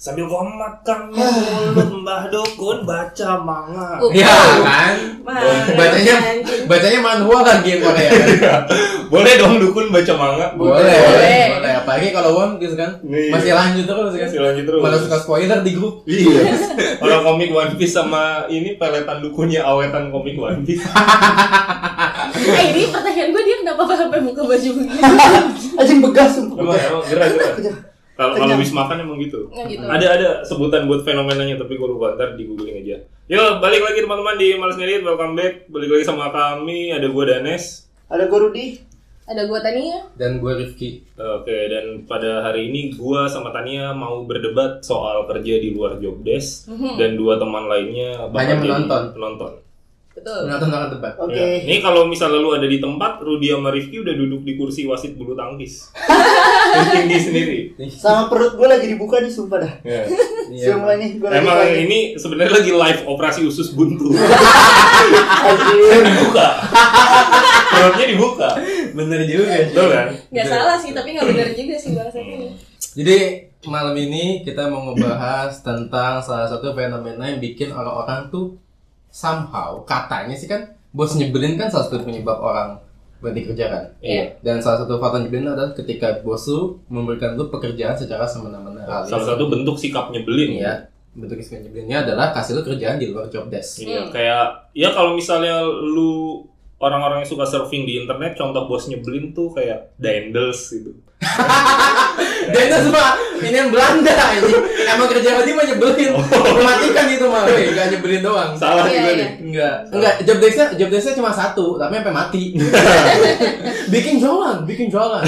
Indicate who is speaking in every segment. Speaker 1: sambil gua makan mulut Mbah Dukun baca manga.
Speaker 2: Uh,
Speaker 3: Iya kan?
Speaker 2: Marah,
Speaker 3: Bacanya
Speaker 2: anjing.
Speaker 3: bacanya manhwa kan game Korea. kan?
Speaker 1: Boleh dong dukun baca manga.
Speaker 3: Boleh, kan?
Speaker 2: Boleh.
Speaker 3: boleh. Apalagi kalau One Piece kan
Speaker 1: Iya.
Speaker 3: masih lanjut terus kan.
Speaker 1: Masih lanjut terus.
Speaker 3: Kalau suka spoiler di grup.
Speaker 1: Iya. Orang komik One Piece sama ini peletan dukunnya awetan komik One Piece.
Speaker 2: Eh ini pertanyaan gue dia kenapa sampai muka baju begini?
Speaker 4: Anjing begas sumpah.
Speaker 1: Emang emang gerak gerak. Kalau kalau habis makan emang gitu.
Speaker 2: Nggak gitu.
Speaker 1: Ada ada sebutan buat fenomenanya tapi gue lupa ntar di googling aja. Yo balik lagi teman-teman di Malas Ngedit, welcome back. Balik lagi sama kami ada gue Danes.
Speaker 4: Ada gue Rudi.
Speaker 2: Ada gue Tania.
Speaker 3: Dan gue Rifki.
Speaker 1: Oke dan pada hari ini gue sama Tania mau berdebat soal kerja di luar job desk
Speaker 4: Mm-hmm.
Speaker 1: dan dua teman lainnya bakal
Speaker 3: Hanya
Speaker 1: jadi
Speaker 3: menonton.
Speaker 1: Penonton.
Speaker 2: Betul.
Speaker 3: Menonton orang debat.
Speaker 4: Oke.
Speaker 1: Ya. Ini kalau misalnya lu ada di tempat, Rudi sama Rifki udah duduk di kursi wasit bulu tangkis. Tinggi sendiri. Ya.
Speaker 4: Sama perut gue lagi dibuka nih sumpah dah.
Speaker 3: Iya.
Speaker 4: Sumpah nih gue lagi.
Speaker 1: Emang
Speaker 4: panik.
Speaker 1: ini sebenarnya lagi live operasi usus buntu.
Speaker 4: Anjing.
Speaker 1: dibuka. Perutnya dibuka.
Speaker 3: Bener juga.
Speaker 1: Betul kan?
Speaker 2: Gak salah sih, tapi gak benar juga sih bangsa ini.
Speaker 3: Jadi malam ini kita mau ngebahas tentang salah satu fenomena yang bikin orang-orang tuh somehow katanya sih kan bos nyebelin kan salah satu penyebab orang berhenti kerja kan.
Speaker 2: Iya.
Speaker 3: Dan salah satu faktor nyebelin adalah ketika bos lu memberikan lu pekerjaan secara semena-mena. alias-
Speaker 1: Iya. Salah satu bentuk sikap nyebelin ya.
Speaker 3: Iya. Bentuk istilah nyebelinnya adalah kasih lu kerjaan di luar job desk.
Speaker 1: Iya, kayak ya kalau misalnya lu orang-orang yang suka surfing di internet contoh bos nyebelin tuh kayak Daendels gitu.
Speaker 3: Dan itu semua ini yang Belanda ini. Emang kerja mati mah nyebelin. Mematikan itu malah, enggak Oh. Iya, nyebelin doang.
Speaker 1: Salah
Speaker 2: Iya,
Speaker 1: juga
Speaker 2: iya.
Speaker 1: nih.
Speaker 3: Enggak, enggak job desk-nya job desk-nya cuma satu, tapi sampai mati. bikin jualan, bikin jualan.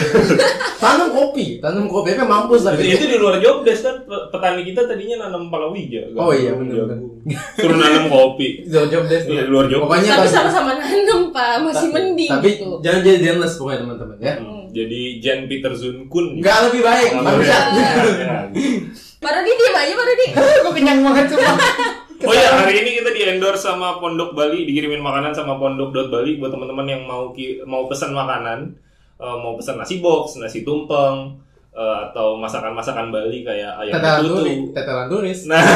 Speaker 3: tanam kopi, tanam kopi sampai mampus
Speaker 1: Itu,
Speaker 3: lagi.
Speaker 1: itu di luar job desk kan pe- petani kita tadinya nanam palawija.
Speaker 3: Oh iya,
Speaker 1: gabung,
Speaker 3: bener-bener.
Speaker 1: jagung. Suruh nanam kopi.
Speaker 3: Itu job desk.
Speaker 1: Iya, di luar job
Speaker 3: Pokoknya
Speaker 2: Tapi
Speaker 3: kalau-
Speaker 2: sama-sama nanem pak, masih
Speaker 3: ta-
Speaker 2: mending
Speaker 3: Tapi
Speaker 2: gitu.
Speaker 3: jangan jadi danless pokoknya teman-teman ya.
Speaker 1: Hmm, Jadi Jan Peter Zunkun. Iya.
Speaker 3: Enggak lebih baik, manusia.
Speaker 2: Parah di diem aja parah di.
Speaker 4: Gue kenyang banget sumpah.
Speaker 1: Oh iya, hari ini kita di endorse sama Pondok Bali, dikirimin makanan sama pondok.bali buat teman-teman yang mau ki- mau pesan makanan, eh, mau pesan nasi box, nasi tumpeng, eh, atau masakan-masakan Bali kayak ayam
Speaker 3: Tetelan turis,
Speaker 1: tutu.
Speaker 3: tetelan turis.
Speaker 1: Nah,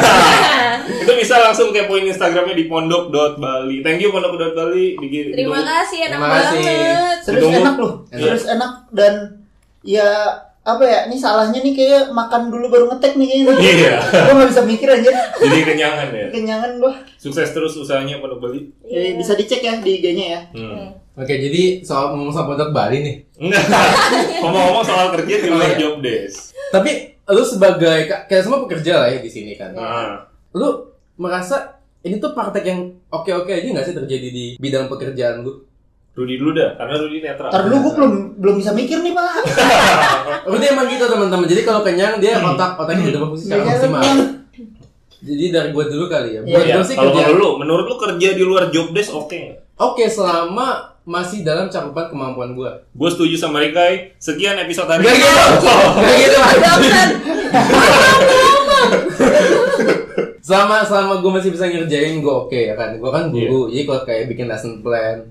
Speaker 1: itu bisa langsung kepoin Instagramnya di pondok.bali. Thank you pondok.bali dikir-
Speaker 2: Terima
Speaker 1: ditunggu-
Speaker 2: kasih, enak
Speaker 3: Terima kasih.
Speaker 2: banget.
Speaker 4: Serius
Speaker 1: Ditunggu.
Speaker 4: enak loh.
Speaker 3: Enak.
Speaker 4: Serius enak dan ya apa ya? Ini salahnya nih kayak makan dulu baru ngetek nih kayaknya.
Speaker 1: Iya.
Speaker 4: Gue gak bisa mikir aja.
Speaker 1: Jadi kenyangan ya.
Speaker 4: Kenyangan gue.
Speaker 1: Sukses terus usahanya Pondok Bali.
Speaker 2: Iya.
Speaker 4: Bisa dicek ya di IG-nya ya.
Speaker 1: Hmm.
Speaker 3: Oke, jadi soal ngomong soal pondok Bali nih.
Speaker 1: Enggak. Ngomong-ngomong soal kerja di luar
Speaker 3: Oh, iya.
Speaker 1: job desk.
Speaker 3: Tapi lu sebagai kayak semua pekerja lah ya di sini kan.
Speaker 1: Nah,
Speaker 3: lu merasa ini tuh praktek yang oke-oke aja nggak sih terjadi di bidang pekerjaan lu?
Speaker 1: Rudi dulu dah, karena Rudi netral.
Speaker 4: Ntar dulu gue belum belum bisa mikir nih pak.
Speaker 3: Udah emang gitu teman-teman. Jadi kalau kenyang dia
Speaker 1: Hmm.
Speaker 3: otak otaknya udah bagus secara
Speaker 4: Iya,
Speaker 3: maksimal.
Speaker 4: kan.
Speaker 3: Jadi dari gue dulu kali ya. Buat
Speaker 1: Iya,
Speaker 3: gue sih
Speaker 1: kalau
Speaker 3: kerja
Speaker 1: kalau lu, menurut lu kerja di luar job desk oke nggak?
Speaker 3: oke selama masih dalam cakupan kemampuan gue.
Speaker 1: Gue setuju sama Rikai. Sekian episode hari ini.
Speaker 3: Gak gitu,
Speaker 1: Oh.
Speaker 3: gak gitu. Mas.
Speaker 2: Bangsat.
Speaker 3: Selama selama gue masih bisa ngerjain gue oke ya kan. Gue kan guru, jadi
Speaker 4: Iya.
Speaker 3: kalau kayak bikin lesson plan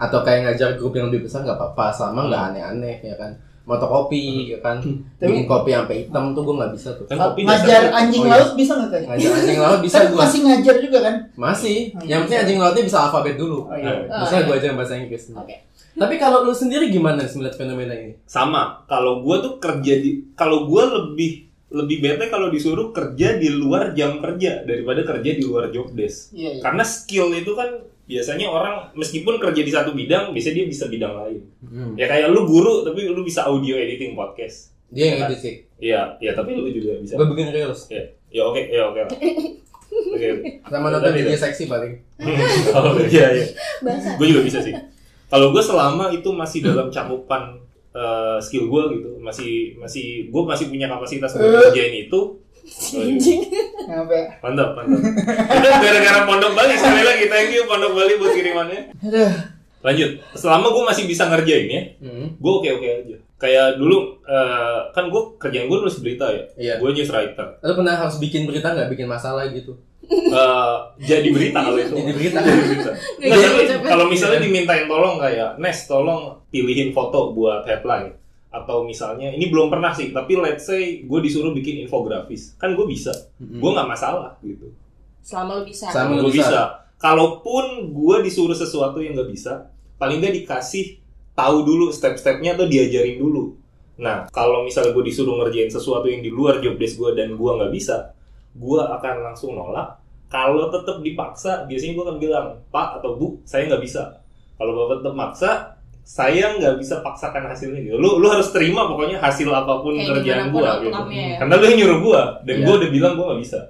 Speaker 3: atau kayak ngajar grup yang lebih besar nggak apa-apa, sama
Speaker 4: Hmm.
Speaker 3: nggak aneh-aneh ya kan. Motor kopi ya kan, bikin kopi sampai hitam tuh gue nggak bisa tuh.
Speaker 1: Kan kopi
Speaker 4: Ngajar
Speaker 1: dasar.
Speaker 4: anjing
Speaker 3: Oh, iya.
Speaker 4: laut bisa nggak kayak?
Speaker 3: Ngajar anjing laut bisa
Speaker 4: Kan
Speaker 3: gua.
Speaker 4: masih ngajar juga kan?
Speaker 3: Masih.
Speaker 4: Oh, iya.
Speaker 3: Yang penting anjing lautnya bisa alfabet dulu. Nah,
Speaker 4: Oh, iya.
Speaker 2: Oh,
Speaker 3: Bisa
Speaker 2: iya.
Speaker 3: gua aja yang bahasa Inggris.
Speaker 2: Oke.
Speaker 3: Tapi kalau lu sendiri gimana sih melihat fenomena ini?
Speaker 1: Sama. Kalau gue tuh kerja di, kalau gue lebih lebih bete kalau disuruh kerja di luar jam kerja daripada kerja di luar job desk.
Speaker 4: Iya, iya.
Speaker 1: Karena skill itu kan biasanya orang meskipun kerja di satu bidang, biasanya dia bisa bidang lain.
Speaker 4: Hmm.
Speaker 1: Ya kayak lu guru tapi lu bisa audio editing podcast.
Speaker 3: Dia yang edit sih.
Speaker 1: Iya, ya tapi lu juga bisa.
Speaker 3: Gua bikin reels
Speaker 1: Ya, ya oke, ya oke. lah. Oke.
Speaker 3: sama
Speaker 1: Ya,
Speaker 3: nonton
Speaker 1: tapi
Speaker 3: video
Speaker 1: itu.
Speaker 3: seksi paling.
Speaker 1: Oh, iya, iya.
Speaker 2: Bangsat.
Speaker 1: gue juga bisa sih kalau gue selama itu masih dalam cakupan eh, skill gue gitu masih masih gue masih punya kapasitas untuk ngerjain itu
Speaker 2: Anjing.
Speaker 4: Ngapa? ya?
Speaker 1: mantap mantap udah gara-gara pondok Bali sekali lagi thank you pondok Bali buat kirimannya
Speaker 4: Aduh.
Speaker 1: lanjut selama gue masih bisa ngerjain ya
Speaker 3: Hmm.
Speaker 1: gue oke oke aja kayak dulu eh, kan gue kerjaan gue nulis berita ya
Speaker 3: Iya.
Speaker 1: gue news writer
Speaker 3: Lu pernah harus bikin berita nggak bikin masalah gitu?
Speaker 1: Eh, jadi berita kalau itu
Speaker 3: Jadi berita.
Speaker 1: Nggak,
Speaker 2: Nggak
Speaker 1: Iya, tapi
Speaker 2: jadi.
Speaker 1: ya? kalau misalnya dimintain tolong kayak Nes tolong pilihin foto buat headline atau misalnya ini belum pernah sih tapi let's say gue disuruh bikin infografis kan gue bisa gue nggak masalah gitu
Speaker 2: Selama lu bisa.
Speaker 3: Selama- Kamu
Speaker 1: gue
Speaker 3: bisa.
Speaker 1: bisa. Kalaupun gue disuruh sesuatu yang gak bisa, paling gak dikasih tahu dulu step-stepnya atau diajarin dulu. Nah, kalau misalnya gue disuruh ngerjain sesuatu yang di luar job desk gue dan gue nggak bisa, gue akan langsung nolak. Kalau tetap dipaksa, biasanya gue akan bilang, Pak atau Bu, saya nggak bisa. Kalau bapak tetap maksa, saya nggak bisa paksakan hasilnya gitu. Lu, lu harus terima pokoknya hasil apapun
Speaker 2: Kayak
Speaker 1: kerjaan
Speaker 2: gimana pun
Speaker 1: gue. Gitu.
Speaker 2: outcome-nya ya.
Speaker 1: Karena lu yang nyuruh gue, dan
Speaker 3: Iya.
Speaker 1: gue udah bilang gue nggak bisa.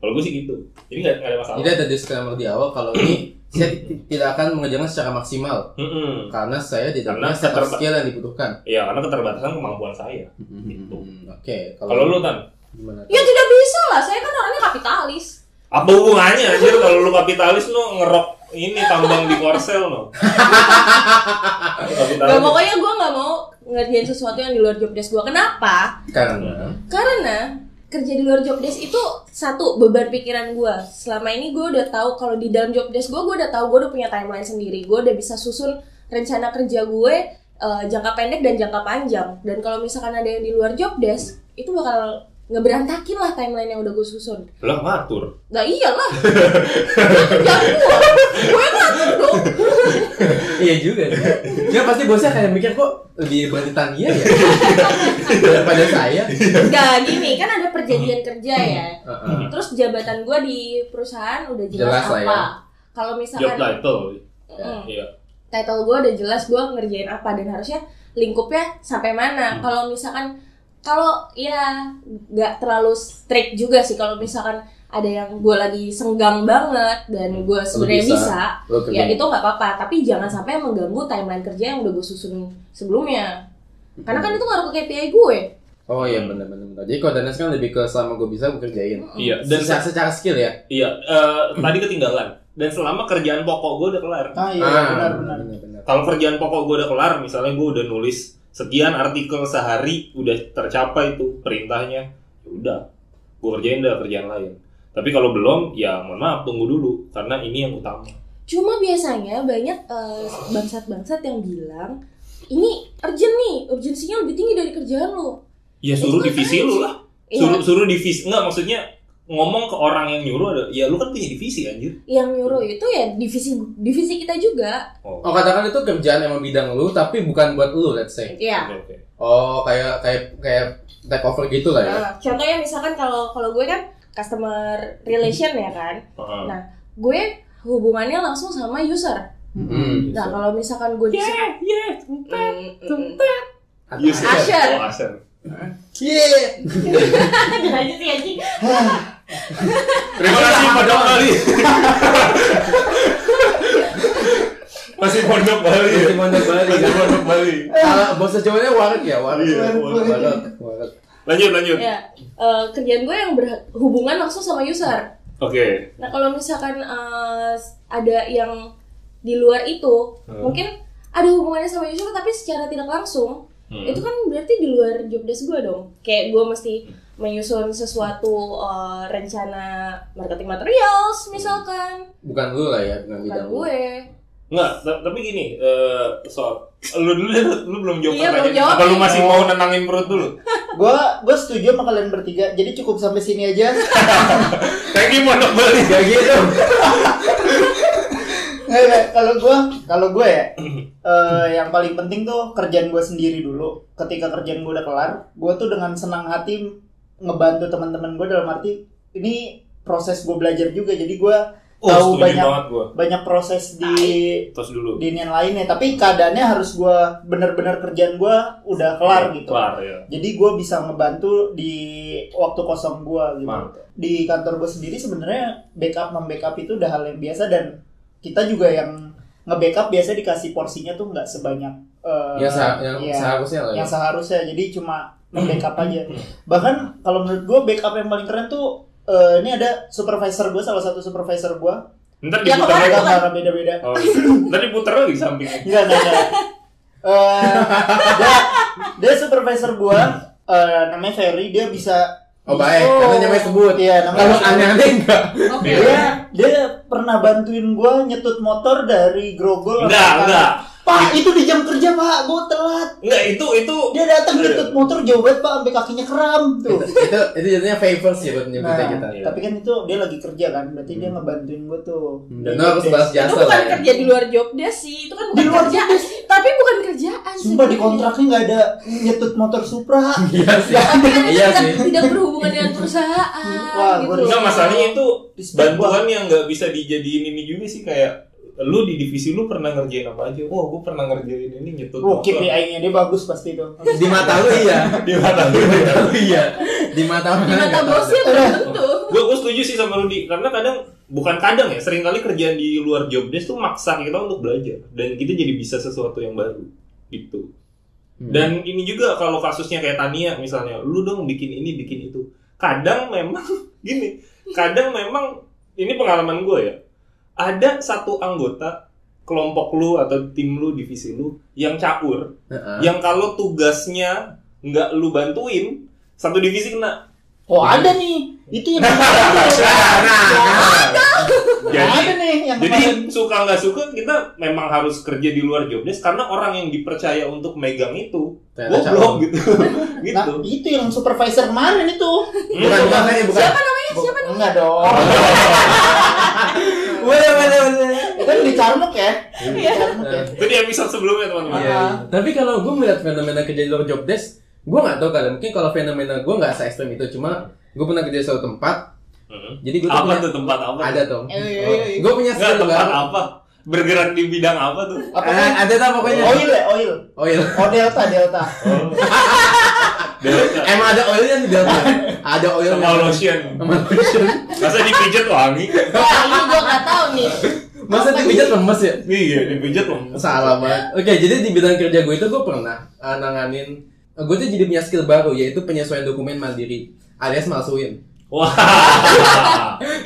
Speaker 1: Kalau gue sih gitu, jadi nggak nggak ada masalah.
Speaker 3: Jadi ada disclaimer di awal kalau ini saya ti- tidak akan mengerjakan secara maksimal
Speaker 1: Mm-mm.
Speaker 3: karena saya tidak
Speaker 1: Karena
Speaker 3: punya setor
Speaker 1: keterba-
Speaker 3: skill yang dibutuhkan.
Speaker 1: Iya, karena keterbatasan kemampuan saya.
Speaker 3: Hmm, Oke,
Speaker 1: Gitu. Kalau lu kan,
Speaker 3: gimana?
Speaker 2: Ya tidak bisa lah, saya kan orangnya kapitalis.
Speaker 1: apa hubungannya anjir kalau lu kapitalis lu ngerok ini tambang di Korsel lo. Lu kapitalis.
Speaker 2: Gak pokoknya gue gak mau ngerjain sesuatu yang di luar job desk gue. Kenapa?
Speaker 1: Iya.
Speaker 3: Karena
Speaker 2: Karena kerja di luar job desk itu satu beban pikiran gue. Selama ini gue udah tahu kalau di dalam job desk gue, gue udah tahu gue udah punya timeline sendiri. Gue udah bisa susun rencana kerja gue eh, jangka pendek dan jangka panjang. Dan kalau misalkan ada yang di luar job desk, itu bakal ngeberantakin lah timeline yang udah gue susun.
Speaker 1: Lah ngatur.
Speaker 2: Nah iyalah. Jangan gua. Gue ngatur dong.
Speaker 3: iya juga sih. Dia pasti bosnya kayak mikir kok lebih berhentian dia ya daripada saya.
Speaker 2: Nah gini, kan ada perjanjian kerja ya.
Speaker 3: Heeh.
Speaker 1: Hmm.
Speaker 2: Terus jabatan gue di perusahaan udah jelas,
Speaker 3: Jelas lah
Speaker 2: apa.
Speaker 3: ya.
Speaker 2: Kalau
Speaker 1: Job
Speaker 2: misalkan
Speaker 1: title.
Speaker 2: Mm,
Speaker 1: Iya.
Speaker 2: title gue udah jelas gue ngerjain apa dan harusnya lingkupnya sampai mana. Kalau misalkan kalau ya nggak terlalu strict juga sih kalau misalkan ada yang gue lagi senggang banget dan gue sebenarnya
Speaker 3: bisa.
Speaker 2: bisa
Speaker 3: Lu
Speaker 2: ya
Speaker 3: kerja.
Speaker 2: itu nggak apa-apa tapi jangan sampai mengganggu timeline kerja yang udah gue susun sebelumnya karena
Speaker 3: Hmm.
Speaker 2: kan itu ngaruh ke KPI gue
Speaker 3: Oh iya benar-benar. Jadi koordinasi kan lebih ke selama gue bisa gue kerjain.
Speaker 1: Iya, dan
Speaker 3: Dan secara, secara skill ya.
Speaker 1: iya, eh, tadi ketinggalan. Dan selama kerjaan pokok gue udah kelar.
Speaker 4: Ah iya
Speaker 3: Ah,
Speaker 4: benar benar.
Speaker 3: benar.
Speaker 1: Kalau kerjaan pokok gue udah kelar, misalnya gue udah nulis sekian artikel sehari udah tercapai itu perintahnya, ya udah gue kerjain dah kerjaan lain. Tapi kalau belum, ya mohon maaf tunggu dulu karena ini yang utama.
Speaker 2: cuma biasanya banyak eh, bangsat-bangsat yang bilang ini urgent nih urgensinya lebih tinggi dari kerjaan lo
Speaker 1: Ya suruh
Speaker 2: Itu
Speaker 1: divisi
Speaker 2: kan
Speaker 1: lu
Speaker 2: aja.
Speaker 1: lah.
Speaker 2: Iya.
Speaker 1: Suruh suruh divisi. Enggak maksudnya ngomong ke orang yang nyuruh ada ya lu kan punya divisi anjir.
Speaker 2: yang nyuruh itu ya divisi divisi kita juga
Speaker 1: Oh.
Speaker 3: Oh katakan itu kerjaan emang bidang lu tapi bukan buat lu let's say.
Speaker 2: ya
Speaker 1: Oke, oke.
Speaker 3: Oh kayak kayak kayak take over gitu lah ya.
Speaker 2: Nah, contohnya misalkan kalau kalau gue kan customer relation ya kan
Speaker 1: Heeh.
Speaker 2: Nah, gue hubungannya langsung sama user
Speaker 3: Hmm.
Speaker 2: nah kalau misalkan gue Mm, di
Speaker 1: yeah.
Speaker 3: Atau-
Speaker 1: User.
Speaker 2: Usher.
Speaker 1: Oh, Usher.
Speaker 3: Iya.
Speaker 2: aja sih anjing
Speaker 1: Terima kasih Pondok Bali. Masih Pondok Bali. ya?
Speaker 3: Masih mondok balik.
Speaker 1: Masih Pondok Bali.
Speaker 3: Kalau bahasa Jawanya warak ya, warak.
Speaker 1: Iya,
Speaker 3: Warak, warak, warak.
Speaker 1: Lanjut lanjut.
Speaker 2: ya eh, kerjaan gue yang berhubungan langsung sama user
Speaker 1: Oke.
Speaker 2: nah kalau misalkan eh, ada yang di luar itu
Speaker 1: Hmm.
Speaker 2: mungkin ada hubungannya sama user tapi secara tidak langsung
Speaker 1: Hmm.
Speaker 2: itu kan berarti di luar job desk gue dong kayak gue mesti
Speaker 3: Hmm.
Speaker 2: menyusun sesuatu eh, rencana marketing materials
Speaker 3: Hmm.
Speaker 2: misalkan
Speaker 3: Bukan lu lah ya, bukan
Speaker 2: bukan
Speaker 3: bidang lu.
Speaker 2: gue
Speaker 1: Enggak, ta- tapi gini, eh soal lu dulu deh, lu belum jawab
Speaker 2: Iya, belum
Speaker 1: pertanyaan.
Speaker 2: jawab.
Speaker 1: Apa lu masih mau nenangin perut dulu?
Speaker 4: Gua gua setuju sama kalian bertiga. Jadi cukup sampai sini aja.
Speaker 1: Thank you Pondok Bali.
Speaker 3: Gak gitu.
Speaker 4: Nggak, nggak. kalau gue kalau gue ya eh, yang paling penting tuh kerjaan gue sendiri dulu ketika kerjaan gue udah kelar gue tuh dengan senang hati ngebantu teman-teman gue dalam arti ini proses gue belajar juga jadi gue
Speaker 1: Oh,
Speaker 4: Tahu
Speaker 1: setuju
Speaker 4: banyak.
Speaker 1: banget gua.
Speaker 4: banyak proses di
Speaker 1: Tos dulu.
Speaker 4: di yang lainnya tapi keadaannya harus gue bener-bener kerjaan gue udah kelar gitu
Speaker 1: Kelar ya.
Speaker 4: jadi gue bisa ngebantu di waktu kosong gue gitu
Speaker 1: Mantap.
Speaker 4: di kantor gue sendiri sebenarnya backup membackup itu udah hal yang biasa dan kita juga yang nge-backup biasa dikasih porsinya tuh nggak sebanyak eh,
Speaker 3: Ya, seha- yang
Speaker 4: iya,
Speaker 3: seharusnya lah ya.
Speaker 4: yang seharusnya jadi cuma membackup aja bahkan kalau menurut gue backup yang paling keren tuh eh, ini ada supervisor gue salah satu supervisor gue
Speaker 1: Ntar
Speaker 2: Ya,
Speaker 1: diputar
Speaker 2: kemarin
Speaker 1: lagi.
Speaker 4: agak agak beda beda
Speaker 1: Oh, ntar diputar lagi sampingnya.
Speaker 4: Enggak, enggak, enggak. Eh, dia, dia supervisor gua, eh, namanya Ferry, dia bisa
Speaker 3: Oh baik, karena namanya sebut.
Speaker 4: Iya, namanya
Speaker 3: Kalau
Speaker 4: sebut.
Speaker 3: aneh-aneh enggak.
Speaker 2: oke
Speaker 1: Iya.
Speaker 4: Dia, dia pernah bantuin gua nyetut motor dari grogol
Speaker 1: Enggak, enggak.
Speaker 4: Pak, itu di jam kerja, Pak. Gue telat.
Speaker 1: Enggak, itu itu
Speaker 4: Dia datang lutut motor jauh banget, Pak, sampai kakinya kram tuh.
Speaker 3: itu itu jadinya favors ya buat
Speaker 4: Nah,
Speaker 3: nyebutnya kita. Hmm.
Speaker 1: iya.
Speaker 4: tapi kan itu dia lagi kerja kan, berarti dia ngebantuin gue tuh.
Speaker 3: Dan lo harus balas
Speaker 2: itu
Speaker 3: jasa
Speaker 2: bukan
Speaker 3: lah. ya.
Speaker 2: kerja di luar job desk sih itu kan bukan
Speaker 4: Di luar
Speaker 2: kerja tapi bukan kerjaan
Speaker 4: Sumpah di
Speaker 2: sebenarnya.
Speaker 4: kontraknya nggak ada nyetut motor Supra.
Speaker 3: Iya sih.
Speaker 4: Nggak ada.
Speaker 2: Tapi kan
Speaker 3: Iya
Speaker 2: itu
Speaker 3: sih.
Speaker 2: tidak- tidak berhubungan dengan perusahaan
Speaker 4: Wah, gua
Speaker 2: gitu.
Speaker 1: enggak masalahnya itu
Speaker 4: Di sebelah gua.
Speaker 1: bantuan yang nggak bisa dijadiin ini juga sih kayak lu di divisi lu pernah ngerjain apa aja? Wah, gua pernah ngerjain ini nyetut.
Speaker 4: Wah,
Speaker 1: motor.
Speaker 4: KPI-nya dia bagus pasti tuh.
Speaker 3: Di mata lu iya.
Speaker 1: Di mata lu, iya.
Speaker 3: iya. Di mata lu.
Speaker 2: di mata
Speaker 3: nggak tahu.
Speaker 2: bosnya belum tentu
Speaker 1: gue gue setuju sih sama Rudi karena kadang bukan kadang ya sering kali kerjaan di luar job desk tuh maksa kita untuk belajar dan kita jadi bisa sesuatu yang baru gitu dan ini juga kalau kasusnya kayak Tania misalnya lu dong bikin ini bikin itu kadang memang gini kadang memang ini pengalaman gue ya ada satu anggota kelompok lu atau tim lu divisi lu yang caur
Speaker 3: Heeh.
Speaker 1: yang kalau tugasnya nggak lu bantuin satu divisi kena
Speaker 4: Oh, ada nih. Itu yang ada nih yang kemarin.
Speaker 1: Jadi suka nggak suka kita memang harus kerja di luar job desk karena orang yang dipercaya untuk megang itu goblok
Speaker 3: Ternyata calon.
Speaker 1: gitu.
Speaker 4: Nah,
Speaker 1: gitu.
Speaker 4: itu yang supervisor kemarin itu.
Speaker 3: Bukan bukan bukan, bukan.
Speaker 4: Siapa namanya? Enggak dong.
Speaker 3: Boleh boleh boleh.
Speaker 4: Itu kan di Carmuk ya. Di Carmuk ya.
Speaker 1: Itu di episode sebelumnya teman-teman.
Speaker 3: Iya. Tapi kalau gue melihat fenomena kerja di luar job desk, gue nggak tahu kalian. Mungkin kalau fenomena gue nggak se ekstrem itu, cuma gue pernah kerja di suatu tempat.
Speaker 1: Heeh.
Speaker 3: Jadi gue
Speaker 1: Apa
Speaker 3: punya
Speaker 1: tuh tempat apa?
Speaker 3: ada tuh.
Speaker 4: Eh, eh, eh.
Speaker 3: Gue punya
Speaker 1: Nggak,
Speaker 3: skill
Speaker 1: tempat
Speaker 3: baru.
Speaker 1: apa? Bergerak di bidang apa tuh?
Speaker 4: Apa
Speaker 3: Eh,
Speaker 4: kan?
Speaker 3: ada tau pokoknya.
Speaker 4: Oil ya, oil.
Speaker 3: Oil.
Speaker 4: Oh, Delta, Delta.
Speaker 3: Oh.
Speaker 1: Oh. Delta.
Speaker 3: Emang ada oilnya di dalamnya? ada oil
Speaker 1: Sama lotion.
Speaker 3: Sama lotion.
Speaker 1: Masa dipijat wangi?
Speaker 2: wah ini gue nggak tahu nih
Speaker 3: Masa dipijat lemes ya?
Speaker 1: Iya, dipijat loh.
Speaker 3: Salah banget. Oke, jadi di bidang kerja gue itu gue pernah uh, nanganin gue tuh jadi punya skill baru yaitu penyesuaian dokumen mandiri alias malsuin.
Speaker 1: Wah.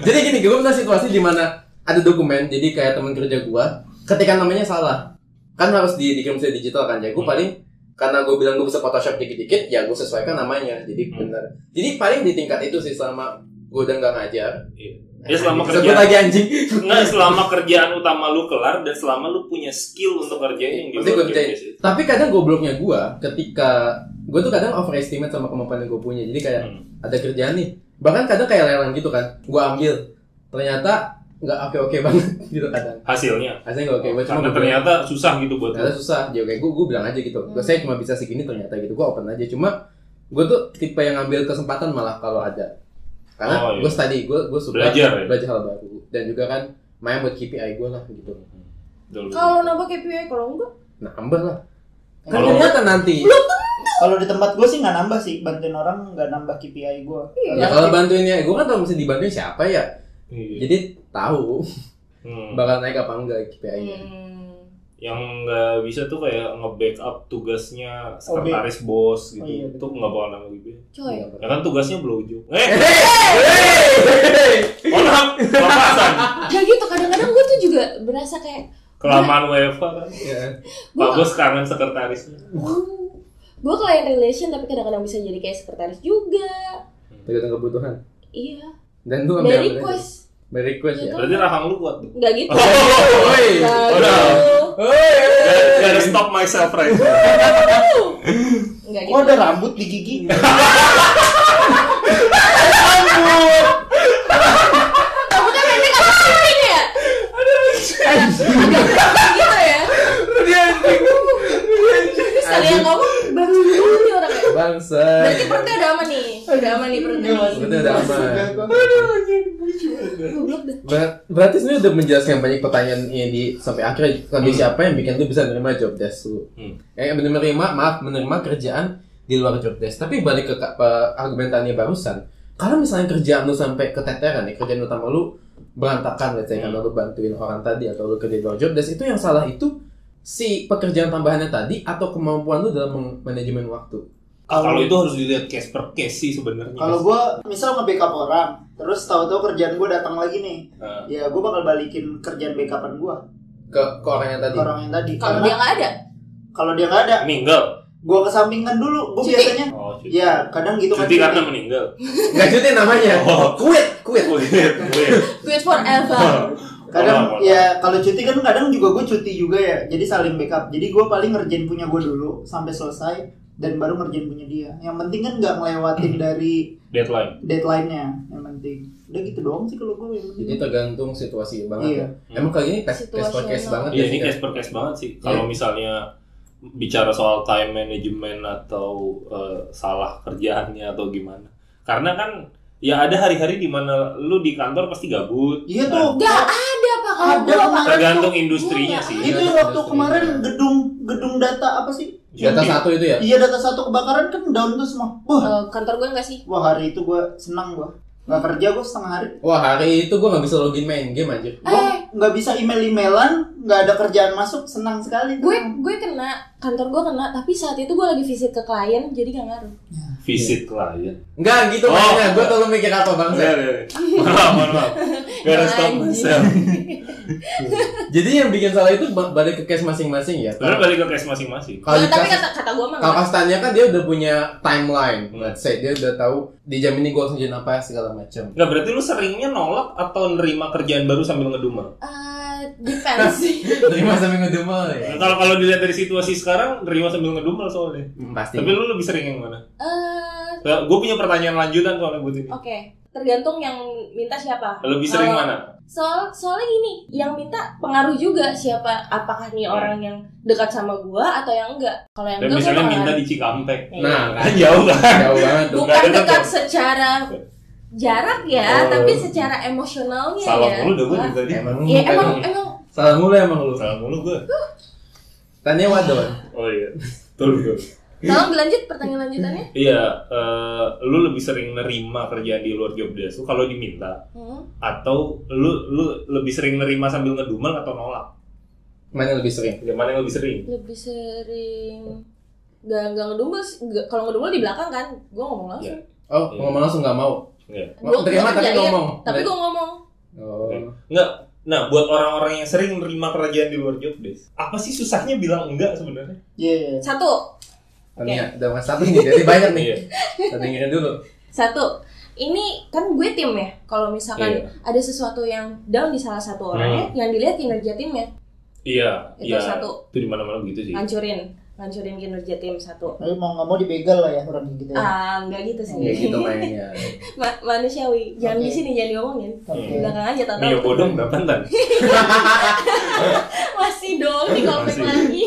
Speaker 3: Jadi gini, gue pernah situasi di mana ada dokumen, jadi kayak teman kerja gue, ketika namanya salah, kan harus di, dikirim secara digital kan ya. Gue
Speaker 1: Hmm.
Speaker 3: paling karena gue bilang gue bisa Photoshop dikit-dikit, ya gue sesuaikan namanya, jadi
Speaker 1: Hmm.
Speaker 3: benar. Jadi paling di tingkat itu sih selama gue udah nggak ngajar.
Speaker 1: Iya. Dia selama
Speaker 3: Sebut
Speaker 1: kerja-
Speaker 3: lagi anjing.
Speaker 1: Nggak, selama kerjaan utama lu kelar dan selama lu punya skill untuk gitu, kerjain yang di
Speaker 3: Pasti
Speaker 1: luar
Speaker 3: gue
Speaker 1: job
Speaker 3: kerjain.
Speaker 1: desk itu.
Speaker 3: Tapi kadang gobloknya gue ketika gue tuh kadang overestimate sama kemampuan yang gue punya. Jadi kayak
Speaker 1: Hmm.
Speaker 3: ada kerjaan nih, bahkan kadang kayak lelang gitu kan, gue ambil ternyata nggak oke oke banget gitu kadang.
Speaker 1: Hasilnya.
Speaker 3: Hasilnya nggak oke, gue cuma
Speaker 1: Oh, Karena
Speaker 3: beberapa-
Speaker 1: ternyata susah gitu buat lu.
Speaker 3: ternyata susah ya oke gue gue bilang aja gitu
Speaker 2: Hmm.
Speaker 3: gue saya cuma bisa segini ternyata gitu gue open aja cuma gue tuh tipe yang ngambil kesempatan malah kalau ada karena
Speaker 1: Oh, iya.
Speaker 3: gue study gue gue suka
Speaker 1: Belajar, ya?
Speaker 3: belajar hal baru dan juga kan main buat KPI gue lah gitu
Speaker 1: Betul, betul.
Speaker 2: kalau nambah KPI ya, kalau enggak
Speaker 3: nambah lah kan
Speaker 1: Kalau-
Speaker 3: kelihatan nanti
Speaker 4: Kalau di tempat gue sih nggak nambah sih, bantuin orang nggak nambah KPI gue.
Speaker 3: ya kalau bantuinnya gue kan tau mesti dibantuin siapa ya
Speaker 1: Iya.
Speaker 3: jadi tahu
Speaker 1: Hmm.
Speaker 3: bakal naik apa enggak KPI nya
Speaker 2: Hmm.
Speaker 1: yang nggak bisa tuh kayak nge-backup tugasnya sekretaris bos gitu
Speaker 4: Oh, iya,
Speaker 1: itu nggak bakal nama gitu
Speaker 3: Iya,
Speaker 2: coy
Speaker 1: ya kan tugasnya blowjob eh mohon maaf kelapasan
Speaker 2: ya gitu kadang-kadang gue tuh juga berasa kayak
Speaker 1: kelamaan WFH kan
Speaker 3: Iya.
Speaker 1: pak
Speaker 2: Gua-
Speaker 1: bos kangen sekretarisnya
Speaker 2: gue client relation tapi kadang-kadang bisa jadi kayak sekretaris juga
Speaker 3: tergantung kebutuhan
Speaker 2: iya
Speaker 3: dan tuh
Speaker 2: dari request Iya,
Speaker 3: request ya
Speaker 1: berarti rahang lu kuat tuh
Speaker 4: Eh.
Speaker 2: nggak gitu
Speaker 3: Oke, iya, woi.
Speaker 2: Nggak
Speaker 1: Udah.
Speaker 2: gitu.
Speaker 1: Gotta- gotta stop myself right now.
Speaker 2: nggak
Speaker 4: Kok
Speaker 2: gitu
Speaker 3: Oh,
Speaker 4: ada rambut di gigi?
Speaker 1: Iya.
Speaker 2: Rambutnya pendek apa kering ya? Agak gitu ya. Terus kalian ngomong baru dulu nih orang ya.
Speaker 3: bangsa
Speaker 2: Berarti perutnya udah aman nih. Udah aman nih perutnya.
Speaker 1: Iya.
Speaker 2: nih.
Speaker 3: Udah, udah aman.
Speaker 2: Goblok deh.
Speaker 3: Ber- berarti sebenarnya udah menjelaskan banyak pertanyaan ini di sampai akhirnya sampai siapa yang bikin lu bisa menerima job desk lu
Speaker 1: Hmm.
Speaker 3: eh menerima maaf menerima kerjaan di luar job desk tapi balik ke ka- pe- argumen Tania barusan kalau misalnya kerjaan lu sampai keteteran ya kerjaan utama lu berantakan let's say
Speaker 1: Hmm.
Speaker 3: karena lu bantuin orang tadi atau lu kerja di luar job desk itu yang salah itu si pekerjaan tambahannya tadi atau kemampuan lu dalam meng- manajemen waktu
Speaker 1: kalau itu harus dilihat case per case sih sebenarnya
Speaker 4: Kalau gue misal nge-backup orang, terus tahu-tahu kerjaan gue datang lagi nih,
Speaker 1: Nah,
Speaker 4: ya gue bakal balikin kerjaan backupan gue
Speaker 3: ke, ke orang yang
Speaker 4: ke
Speaker 3: tadi
Speaker 4: orang yang tadi.
Speaker 2: Kalau dia
Speaker 4: Karena
Speaker 2: nggak ada,
Speaker 4: kalau dia nggak ada,
Speaker 1: meninggal
Speaker 4: gue kesampingkan dulu. Gue
Speaker 2: Cuti.
Speaker 4: biasanya,
Speaker 1: oh cuti
Speaker 4: ya kadang gitu
Speaker 1: cuti kan? karena
Speaker 4: cuti.
Speaker 1: meninggal
Speaker 3: nggak cuti namanya
Speaker 1: Oh.
Speaker 3: quit quit
Speaker 1: Wih, wih.
Speaker 2: quit forever.
Speaker 4: kadang
Speaker 1: Bolong, bolong.
Speaker 4: ya kalau cuti kan kadang juga gue cuti juga ya jadi saling backup jadi gue paling ngerjain punya gue dulu sampai selesai dan baru ngerjain punya dia yang penting kan nggak ngelewatin dari
Speaker 1: deadline.
Speaker 4: deadline-nya yang penting udah gitu doang sih kalau gue yang penting
Speaker 3: Jadi tergantung situasi banget
Speaker 4: Iya.
Speaker 3: ya. Emang kali ini case
Speaker 2: Hmm.
Speaker 3: case per case
Speaker 2: Situasional.
Speaker 3: banget ya.
Speaker 1: Iya ini
Speaker 3: Jessica.
Speaker 1: case per case banget sih. Kalau misalnya bicara soal time management atau eh, salah kerjaannya atau gimana. Karena kan ya ada hari-hari di mana lu di kantor pasti gabut.
Speaker 4: iya tuh
Speaker 2: Gak ada pak kalau
Speaker 4: Ada,
Speaker 2: gue lapangan
Speaker 1: Tergantung
Speaker 2: tuh.
Speaker 1: industrinya
Speaker 2: Gua
Speaker 1: sih.
Speaker 4: itu yang waktu kemarin gedung gedung data apa sih
Speaker 3: Data satu itu ya.
Speaker 4: iya data satu kebakaran kan down tuh semua wah
Speaker 2: Eh, kantor gue enggak sih
Speaker 4: wah hari itu gue senang gue nggak
Speaker 2: Hmm.
Speaker 4: kerja gue setengah hari
Speaker 3: Wah hari itu gue nggak bisa login main game anjir.
Speaker 4: gue
Speaker 2: Eh.
Speaker 4: nggak bisa email emailan nggak ada kerjaan masuk senang sekali
Speaker 2: gue gue kena kantor gue kena tapi saat itu gue lagi visit ke klien jadi gak ngaruh
Speaker 1: Visit klien.
Speaker 3: Enggak gitu
Speaker 1: Oh.
Speaker 3: mainnya. Gue tuh lu mikir apa bang?
Speaker 1: Iya, iya, iya. Maaf, maaf, maaf. Gak ada stop
Speaker 2: Anjing.
Speaker 1: myself.
Speaker 3: Jadi yang bikin salah itu ba- balik ke case masing-masing ya.
Speaker 1: Sebenarnya
Speaker 3: Kalau
Speaker 1: balik ke case masing-masing.
Speaker 2: Nah, tapi
Speaker 3: Kas-
Speaker 2: kata kata gue mah
Speaker 3: kalau
Speaker 2: enggak.
Speaker 3: kastanya kan dia udah punya timeline.
Speaker 1: Hmm.
Speaker 3: Let's say dia udah tahu di jam ini gue harus ngerjain apa segala macam.
Speaker 1: Nggak berarti lu seringnya nolak atau nerima kerjaan baru sambil ngedumel?
Speaker 2: Eh, depends
Speaker 3: Terima sampai ngedumel ya.
Speaker 1: Nah, Kalau kalau dilihat dari situasi sekarang, nerima sambil ngedumel soalnya.
Speaker 3: Hmm, Pasti.
Speaker 1: Tapi lu lebih sering yang mana?
Speaker 2: Eh,
Speaker 1: gue punya pertanyaan lanjutan soalnya buat ini.
Speaker 2: oke tergantung yang minta siapa
Speaker 1: Lebih sering
Speaker 2: Kalau-
Speaker 1: mana?
Speaker 2: soal soalnya gini yang minta pengaruh juga siapa apakah nih
Speaker 1: Hmm.
Speaker 2: orang yang dekat sama gue atau yang enggak kalau yang
Speaker 1: Dan
Speaker 2: enggak
Speaker 1: misalnya
Speaker 2: gue
Speaker 1: minta di Cikampek.
Speaker 3: Nah,
Speaker 1: Kan jauh kan?
Speaker 3: jauh banget tuh.
Speaker 2: bukan
Speaker 1: Nggak dekat
Speaker 2: dekat
Speaker 1: dong.
Speaker 2: secara jarak ya
Speaker 1: Oh.
Speaker 2: tapi secara emosionalnya
Speaker 1: Salah
Speaker 2: ya
Speaker 1: mulu dah gue dari tadi.
Speaker 3: Emang
Speaker 2: ya
Speaker 3: lu-
Speaker 2: emang emang
Speaker 3: salah mulu ya emang lu.
Speaker 1: Salah mulu gue.
Speaker 3: Tanya wadon.
Speaker 1: Oh iya. Betul betul.
Speaker 2: tolong dilanjut pertanyaan lanjutannya
Speaker 1: Iya, eh, lu lebih sering nerima kerjaan di luar job desk lu kalau diminta
Speaker 2: Hmm.
Speaker 1: atau lu lu lebih sering nerima sambil ngedumel atau nolak?
Speaker 3: Mana lebih sering?
Speaker 1: Yang mana yang lebih sering?
Speaker 2: lebih sering gak nggak ngedumel sih. Nggak- kalau ngedumel di belakang kan gue ngomong langsung
Speaker 3: Oh,
Speaker 1: Iya.
Speaker 3: ngomong langsung nggak mau.
Speaker 1: Iya.
Speaker 2: Gua-
Speaker 3: terima
Speaker 2: gua
Speaker 3: tapi
Speaker 2: kerjain,
Speaker 3: ngomong.
Speaker 2: tapi gue ngomong
Speaker 3: Oh.
Speaker 1: Enggak. Nah, buat orang-orang yang sering nerima kerjaan di luar job desk, apa sih susahnya bilang enggak sebenarnya?
Speaker 4: iya iya.
Speaker 2: satu
Speaker 3: Tanya, udah mas satu nih, jadi banyak nih.
Speaker 1: Iya.
Speaker 3: Kita dengerin dulu.
Speaker 2: satu ini kan gue tim ya kalau misalkan
Speaker 1: Iya.
Speaker 2: ada sesuatu yang down di salah satu orangnya yang dilihat kinerja timnya
Speaker 1: Iya, iya.
Speaker 2: Itu satu.
Speaker 1: Itu di mana-mana begitu sih.
Speaker 2: ngancurin ngancurin kinerja tim satu
Speaker 4: Tapi mau nggak mau dibegal lah ya orang
Speaker 1: Iya.
Speaker 4: gitu ya.
Speaker 2: ah nggak gitu sih
Speaker 3: Ya gitu mainnya.
Speaker 2: Ma- manusiawi jangan
Speaker 4: Oke.
Speaker 2: di sini jangan diomongin
Speaker 3: Iya,
Speaker 4: Oke. Iya.
Speaker 2: Di belakang aja tau
Speaker 1: Mio ya bodong berapa ntar?
Speaker 2: masih dong di konflik
Speaker 1: Masih.
Speaker 2: lagi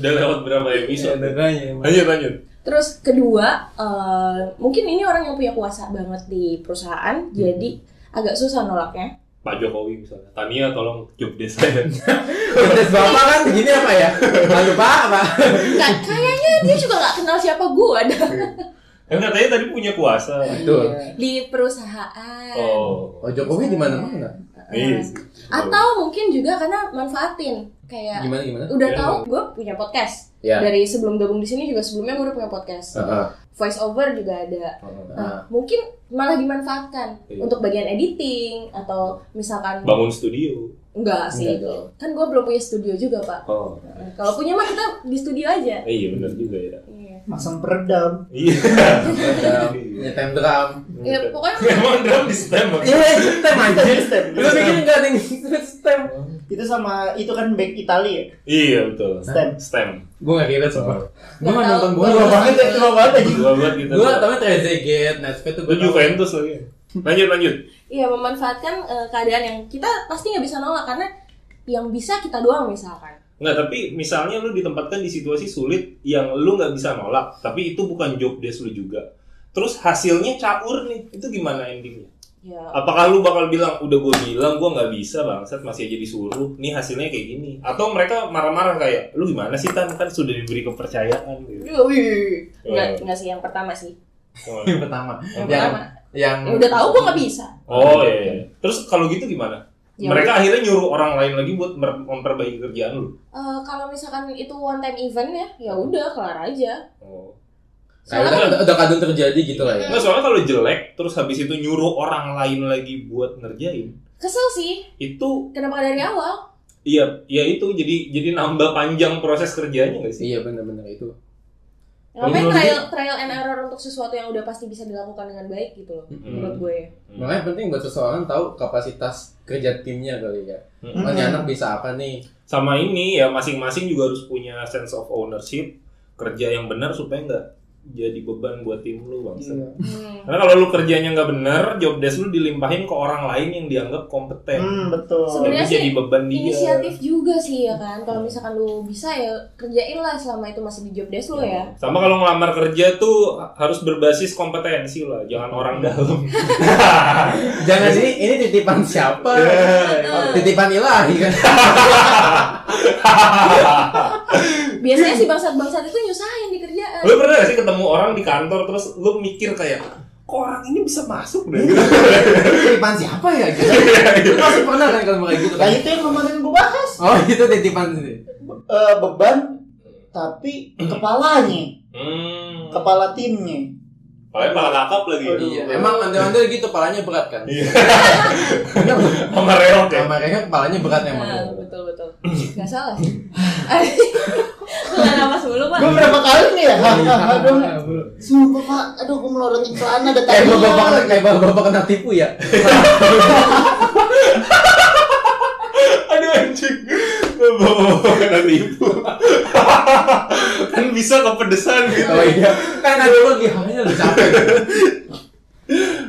Speaker 1: Udah lewat berapa
Speaker 3: Iya,
Speaker 1: episode?
Speaker 3: makanya.
Speaker 1: Lanjut, lanjut.
Speaker 2: Terus kedua, eh, mungkin ini orang yang punya kuasa banget di perusahaan, jadi agak susah nolaknya.
Speaker 1: Pak Jokowi misalnya. Tania tolong job desk saya.
Speaker 3: Kontes bapak kan begini apa ya? Lalu pak apa?
Speaker 2: Nggak, kayaknya dia juga nggak kenal siapa gua dah.
Speaker 1: Kan katanya tadi punya kuasa.
Speaker 3: Betul.
Speaker 2: di perusahaan.
Speaker 1: Oh.
Speaker 3: Oh Jokowi di mana mana?
Speaker 2: Eh,
Speaker 1: Iya sih.
Speaker 2: Atau mungkin juga karena manfaatin kayak
Speaker 3: Gimana gimana?
Speaker 2: udah
Speaker 1: Ya.
Speaker 2: tahu gue punya podcast
Speaker 3: Ya.
Speaker 2: dari sebelum gabung di sini juga sebelumnya gue udah punya podcast.
Speaker 3: Heeh.
Speaker 2: Voice over juga ada.
Speaker 1: Oh.
Speaker 3: Ah.
Speaker 2: Nah, mungkin malah dimanfaatkan
Speaker 1: Iya.
Speaker 2: untuk bagian editing atau misalkan
Speaker 1: bangun studio.
Speaker 2: enggak sih.
Speaker 3: Enggak dong.
Speaker 2: Kan gue belum punya studio juga, Pak. Nah,
Speaker 1: Oh.
Speaker 2: Kalau punya mah kita di studio aja.
Speaker 1: Eh, iya benar juga ya.
Speaker 2: Iya.
Speaker 4: Masang peredam.
Speaker 1: Iya.
Speaker 3: Drum, Nyetem drum.
Speaker 2: Ya, Iya, pokoknya
Speaker 1: Emang drum di stem.
Speaker 3: Iya nyetem anjir.
Speaker 4: Stem,
Speaker 3: Lu mikir nggak nih stem?
Speaker 4: Itu sama itu kan back Italia ya.
Speaker 1: Iya betul.
Speaker 4: Stem.
Speaker 1: Stem.
Speaker 3: Gue nggak kira sumpah. Gue nggak
Speaker 2: Nggak
Speaker 3: nonton
Speaker 2: tahu.
Speaker 3: bola.
Speaker 4: Tua banget ya, tua banget aja.
Speaker 1: Gua buat kita.
Speaker 3: Gue tau Trezeguet, Netflix tuh
Speaker 1: Lu ya?
Speaker 3: gue
Speaker 1: Juventus lagi. Lanjut lanjut.
Speaker 2: iya memanfaatkan eh, keadaan yang kita pasti nggak bisa nolak karena yang bisa kita doang misalkan.
Speaker 1: Nggak, tapi misalnya lu ditempatkan di situasi sulit yang lu nggak bisa nolak, tapi itu bukan job desk lu juga. Terus hasilnya caur nih, itu gimana endingnya?
Speaker 2: Ya.
Speaker 1: Apakah lu bakal bilang, udah gue bilang gue nggak bisa bangsat masih aja disuruh, nih hasilnya kayak gini? Atau mereka marah-marah kayak, lu gimana sih tan kan sudah diberi kepercayaan gitu?
Speaker 2: Aduh, Ya, wih. Nggak, nggak sih yang pertama sih.
Speaker 1: Gimana?
Speaker 3: Yang pertama.
Speaker 1: Yang
Speaker 3: Yang
Speaker 2: pertama.
Speaker 3: yang
Speaker 2: Ya, udah tahu gue nggak bisa.
Speaker 1: Oh iya, iya. Terus kalau gitu gimana?
Speaker 2: Ya,
Speaker 1: mereka akhirnya nyuruh orang lain lagi buat mer- memperbaiki kerjaan lu.
Speaker 2: Eh, kalau misalkan itu one time event ya, ya udah kelar aja.
Speaker 1: Oh.
Speaker 3: Kayak
Speaker 2: Soalnya
Speaker 3: udah,
Speaker 2: kan-
Speaker 3: udah, udah kadung terjadi gitu lah ya.
Speaker 1: Nggak, soalnya kalau jelek, terus habis itu nyuruh orang lain lagi buat ngerjain,
Speaker 2: Kesel sih,
Speaker 1: itu
Speaker 2: kenapa dari awal?
Speaker 1: Iya, ya itu jadi jadi nambah panjang proses kerjanya nggak sih?
Speaker 3: Iya benar-benar itu.
Speaker 2: Ngapain
Speaker 3: Menurut
Speaker 2: trial, trial and error untuk sesuatu yang udah pasti bisa dilakukan dengan baik gitu loh
Speaker 3: Mm-mm.
Speaker 2: menurut gue ya.
Speaker 4: Iya.
Speaker 3: Makanya penting buat seseorang tahu kapasitas kerja timnya kali ya.
Speaker 1: Mm.
Speaker 3: Ini anak bisa apa nih?
Speaker 1: sama ini ya masing-masing juga harus punya sense of ownership kerja yang benar supaya nggak jadi beban buat tim lu bangsa.
Speaker 4: Iya.
Speaker 2: Hmm.
Speaker 1: Karena kalau lu kerjanya nggak benar, job desk lu dilimpahin ke orang lain yang dianggap kompeten.
Speaker 4: Hmm, betul.
Speaker 2: Sebenarnya-
Speaker 1: Itu jadi
Speaker 3: Iya.
Speaker 1: beban dia.
Speaker 2: Inisiatif juga sih ya kan. Kalau misalkan lu bisa ya kerjain lah selama itu masih di job desk lu ya.
Speaker 1: Sama kalau ngelamar kerja tuh harus berbasis kompetensi lah, jangan orang
Speaker 4: Iya.
Speaker 1: dalam.
Speaker 3: Jangan ini ini titipan siapa?
Speaker 4: Iya.
Speaker 2: Heeh.
Speaker 3: titipan ilahi kan.
Speaker 2: Iya. Biasanya si bangsat-bangsat itu nyusahin di kerjaan.
Speaker 1: lu pernah nggak sih ketemu orang di kantor terus lu mikir kayak, kok orang ini bisa masuk deh?
Speaker 3: titipan siapa ya gitu.
Speaker 1: Iya.
Speaker 3: Lu pasti pernah kan kalau kayak gitu
Speaker 4: Nah
Speaker 3: kan.
Speaker 4: itu yang kemarin gue bahas
Speaker 3: Oh, itu titipan sih.
Speaker 4: Eh, beban tapi kepalanya,
Speaker 1: hmm.
Speaker 4: kepala timnya.
Speaker 1: Paling malah kakap lagi.
Speaker 4: Aduh.
Speaker 3: Iya, emang ondel-ondel gitu palanya berat kan?
Speaker 1: Iya. Sama reok ya.
Speaker 3: Sama mereka kepalanya berat Iya, emang.
Speaker 2: Nah, betul betul. Gak salah sih. Kelar napas dulu pak.
Speaker 4: Gue berapa kali nih
Speaker 3: Iya.
Speaker 4: ya? Hahaha dong. Sumpah pak, aduh gue melorotin celana ada
Speaker 3: Kayak
Speaker 4: tadi.
Speaker 3: Eh, bapak kayak bapak kena tipu ya.
Speaker 1: Aduh anjing. Bawa nanti ibu. kan bisa kepedesan gitu.
Speaker 3: Oh iya, kan ada lu lagi hamil lu capek.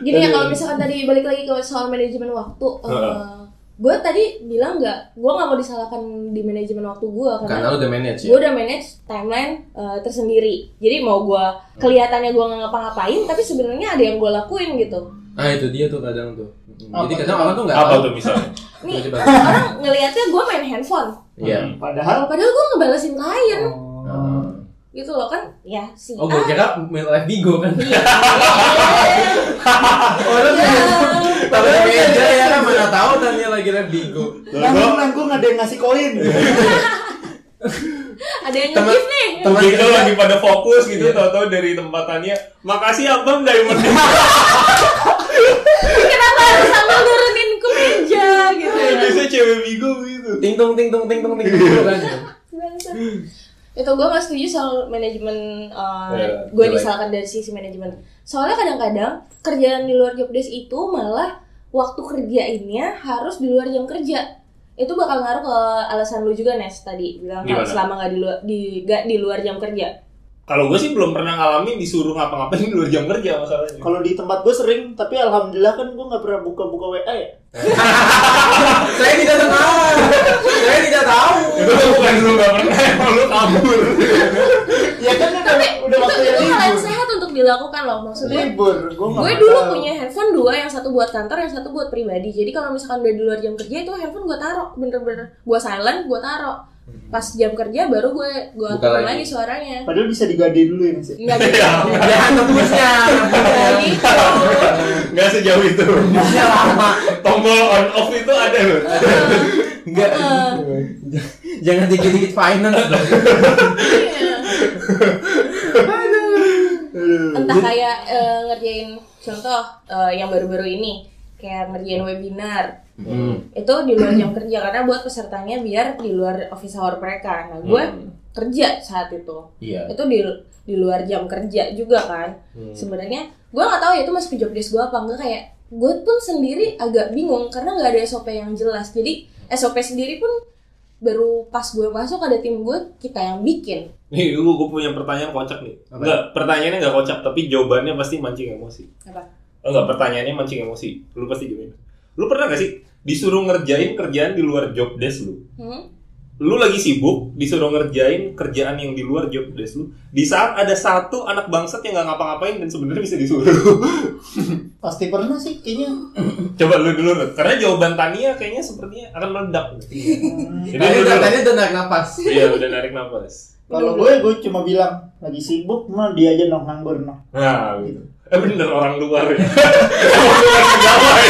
Speaker 2: Gini
Speaker 3: Iya.
Speaker 2: ya kalau misalkan tadi balik lagi ke soal manajemen waktu.
Speaker 1: Heeh.
Speaker 2: gue tadi bilang nggak, gue nggak mau disalahkan di manajemen waktu gue karena
Speaker 3: Karena lu udah manage
Speaker 2: gue
Speaker 3: ya.
Speaker 2: udah manage timeline uh, tersendiri jadi mau gue kelihatannya gue nggak ngapa-ngapain tapi sebenarnya ada yang gue lakuin gitu
Speaker 3: Ah itu dia tuh kadang tuh.
Speaker 4: Apa
Speaker 3: Jadi kadang orang tuh nggak
Speaker 1: iya. Apa
Speaker 3: tahu.
Speaker 1: tuh misalnya?
Speaker 2: nih
Speaker 3: Coba.
Speaker 2: orang ngelihatnya gue main handphone
Speaker 3: Iya.
Speaker 2: Hmm.
Speaker 4: Padahal.
Speaker 2: padahal gue ngebalesin klien Iya.
Speaker 3: Ah.
Speaker 2: gitu loh kan ya sih
Speaker 3: Oh gue kira main live bigo kan. Orang
Speaker 2: Iya.
Speaker 3: Tapi beda ya kan mana tahu tanya lagi live bigo.
Speaker 4: Nanggung nanggung ada yang ngasih koin.
Speaker 2: ada yang
Speaker 3: Temen-
Speaker 2: nge-gift nih
Speaker 3: Teman
Speaker 1: Gitu
Speaker 3: kerja-
Speaker 1: lagi pada fokus gitu,
Speaker 3: Iya.
Speaker 1: tau-tau dari tempatannya. Makasih abang dari mana?
Speaker 2: kenapa harus sambil nurunin ke meja gitu ya
Speaker 3: Iya,
Speaker 1: Biasanya cewek bigo gitu.
Speaker 3: ting tung ting tung ting tung ting tung kan. ya.
Speaker 2: Bangsat. itu gue gak setuju soal manajemen uh,
Speaker 1: Ya,
Speaker 2: gue
Speaker 3: jelek.
Speaker 2: disalahkan dari sisi manajemen soalnya kadang-kadang kerjaan di luar job desk itu malah waktu kerjainnya harus di luar jam kerja itu bakal ngaruh ke alasan lu juga Nes tadi bilang kalau
Speaker 1: Gimana?
Speaker 2: selama nggak di luar di nggak di luar jam kerja
Speaker 1: Kalau gue sih belum pernah ngalamin disuruh ngapa-ngapain di luar jam kerja masalahnya.
Speaker 4: Kalau di tempat gue sering, tapi alhamdulillah kan gue nggak pernah buka-buka WA ya.
Speaker 3: Saya tidak tahu. Saya tidak tahu.
Speaker 1: Itu bukan lu gak pernah, emang lu kabur.
Speaker 4: Ya kan udah udah
Speaker 2: itu
Speaker 4: waktunya
Speaker 2: itu hal yang
Speaker 4: libur. Iya.
Speaker 2: sehat untuk dilakukan loh maksudnya
Speaker 4: Libur, gue
Speaker 2: gue dulu punya handphone dua yang satu buat kantor yang satu buat pribadi jadi kalau misalkan udah di luar jam kerja itu handphone gue taruh bener-bener gue silent gue taruh pas jam kerja baru gue gue
Speaker 3: Hmm. Buka
Speaker 2: tutup
Speaker 3: lagi. Iya.
Speaker 2: lagi suaranya
Speaker 4: Padahal bisa digade dulu ya sih.
Speaker 2: nggak gitu
Speaker 3: Jangan tembusnya.
Speaker 2: Nggak gitu
Speaker 1: Gak sejauh itu.
Speaker 3: Tembusnya lama.
Speaker 1: Tombol on off itu ada loh.
Speaker 3: Enggak. Jangan dikit-dikit finance dong.
Speaker 2: Iya. entah kayak eh, ngerjain contoh eh, yang baru-baru ini kayak ngerjain webinar
Speaker 3: Hmm.
Speaker 2: itu di luar jam kerja karena buat pesertanya biar di luar office hour mereka nah gue
Speaker 3: Hmm.
Speaker 2: kerja saat itu
Speaker 3: Iya.
Speaker 2: itu di di luar jam kerja juga kan
Speaker 1: Hmm.
Speaker 2: sebenarnya gue nggak tahu ya itu masuk ke job desk gue apa enggak kayak gue pun sendiri agak bingung karena nggak ada SOP yang jelas jadi SOP sendiri pun baru pas gue masuk ada tim gue kita yang bikin
Speaker 1: Nih, gue, gue punya pertanyaan kocak nih.
Speaker 3: Apa?
Speaker 1: Enggak, pertanyaannya enggak kocak, tapi jawabannya pasti mancing emosi.
Speaker 2: apa
Speaker 1: Enggak, pertanyaannya mancing emosi. Lu pasti gimana? Lu pernah gak sih disuruh ngerjain kerjaan di luar job desk lu?
Speaker 2: hmm?
Speaker 1: Lu lagi sibuk, disuruh ngerjain kerjaan yang di luar job desk lu. Di saat ada satu anak bangsat yang nggak ngapa-ngapain dan sebenarnya bisa disuruh.
Speaker 4: Pasti pernah sih, kayaknya.
Speaker 1: Coba lu dulu, Rut. karena jawaban Tania kayaknya sepertinya akan meledak.
Speaker 4: Hmm.
Speaker 1: Jadi
Speaker 3: Tadi
Speaker 1: lu
Speaker 3: udah
Speaker 1: dulu.
Speaker 3: tadi udah naik nafas.
Speaker 1: Iya, udah narik nafas.
Speaker 4: Kalau gue, gue cuma bilang lagi sibuk, mah dia aja noh nganggur noh.
Speaker 1: Nah, gitu. Eh bener orang luar ya. Orang pegawai.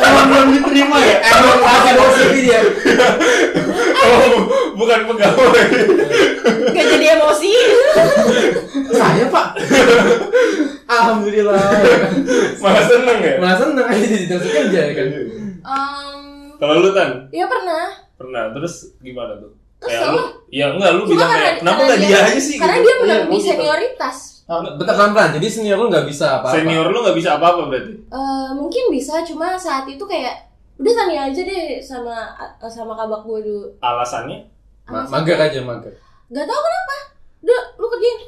Speaker 4: Emang belum diterima ya?
Speaker 3: Emang lagi gosip dia.
Speaker 1: Oh, bukan pegawai.
Speaker 2: gak jadi emosi
Speaker 3: Saya pak. Alhamdulillah.
Speaker 1: Malah seneng ya. Iya.
Speaker 3: Malah seneng aja jadi langsung kerja ya kan.
Speaker 2: Em,
Speaker 1: Kalau lu tan
Speaker 2: ya pernah
Speaker 1: pernah terus gimana tuh? Kayak
Speaker 2: kesel
Speaker 1: lu,
Speaker 2: lah
Speaker 1: ya enggak lu
Speaker 2: Cuma
Speaker 1: bilang
Speaker 2: karena-
Speaker 1: kayak kenapa
Speaker 2: karena
Speaker 1: nggak dia
Speaker 2: kan dia-
Speaker 1: aja sih?
Speaker 2: karena
Speaker 1: gitu.
Speaker 2: dia
Speaker 4: Iya,
Speaker 2: melebihi
Speaker 4: gua gitu.
Speaker 2: senioritas
Speaker 3: Bentar pelan-pelan, jadi senior lu nggak bisa apa-apa
Speaker 1: Gitu. Senior lu nggak bisa apa-apa berarti.
Speaker 2: Eh, mungkin bisa cuma saat itu kayak udah tanya aja deh sama sama kabak gue dulu
Speaker 1: Alasannya
Speaker 3: Ma- Mager aja, mager
Speaker 2: Gak tau kenapa udah lu kerjain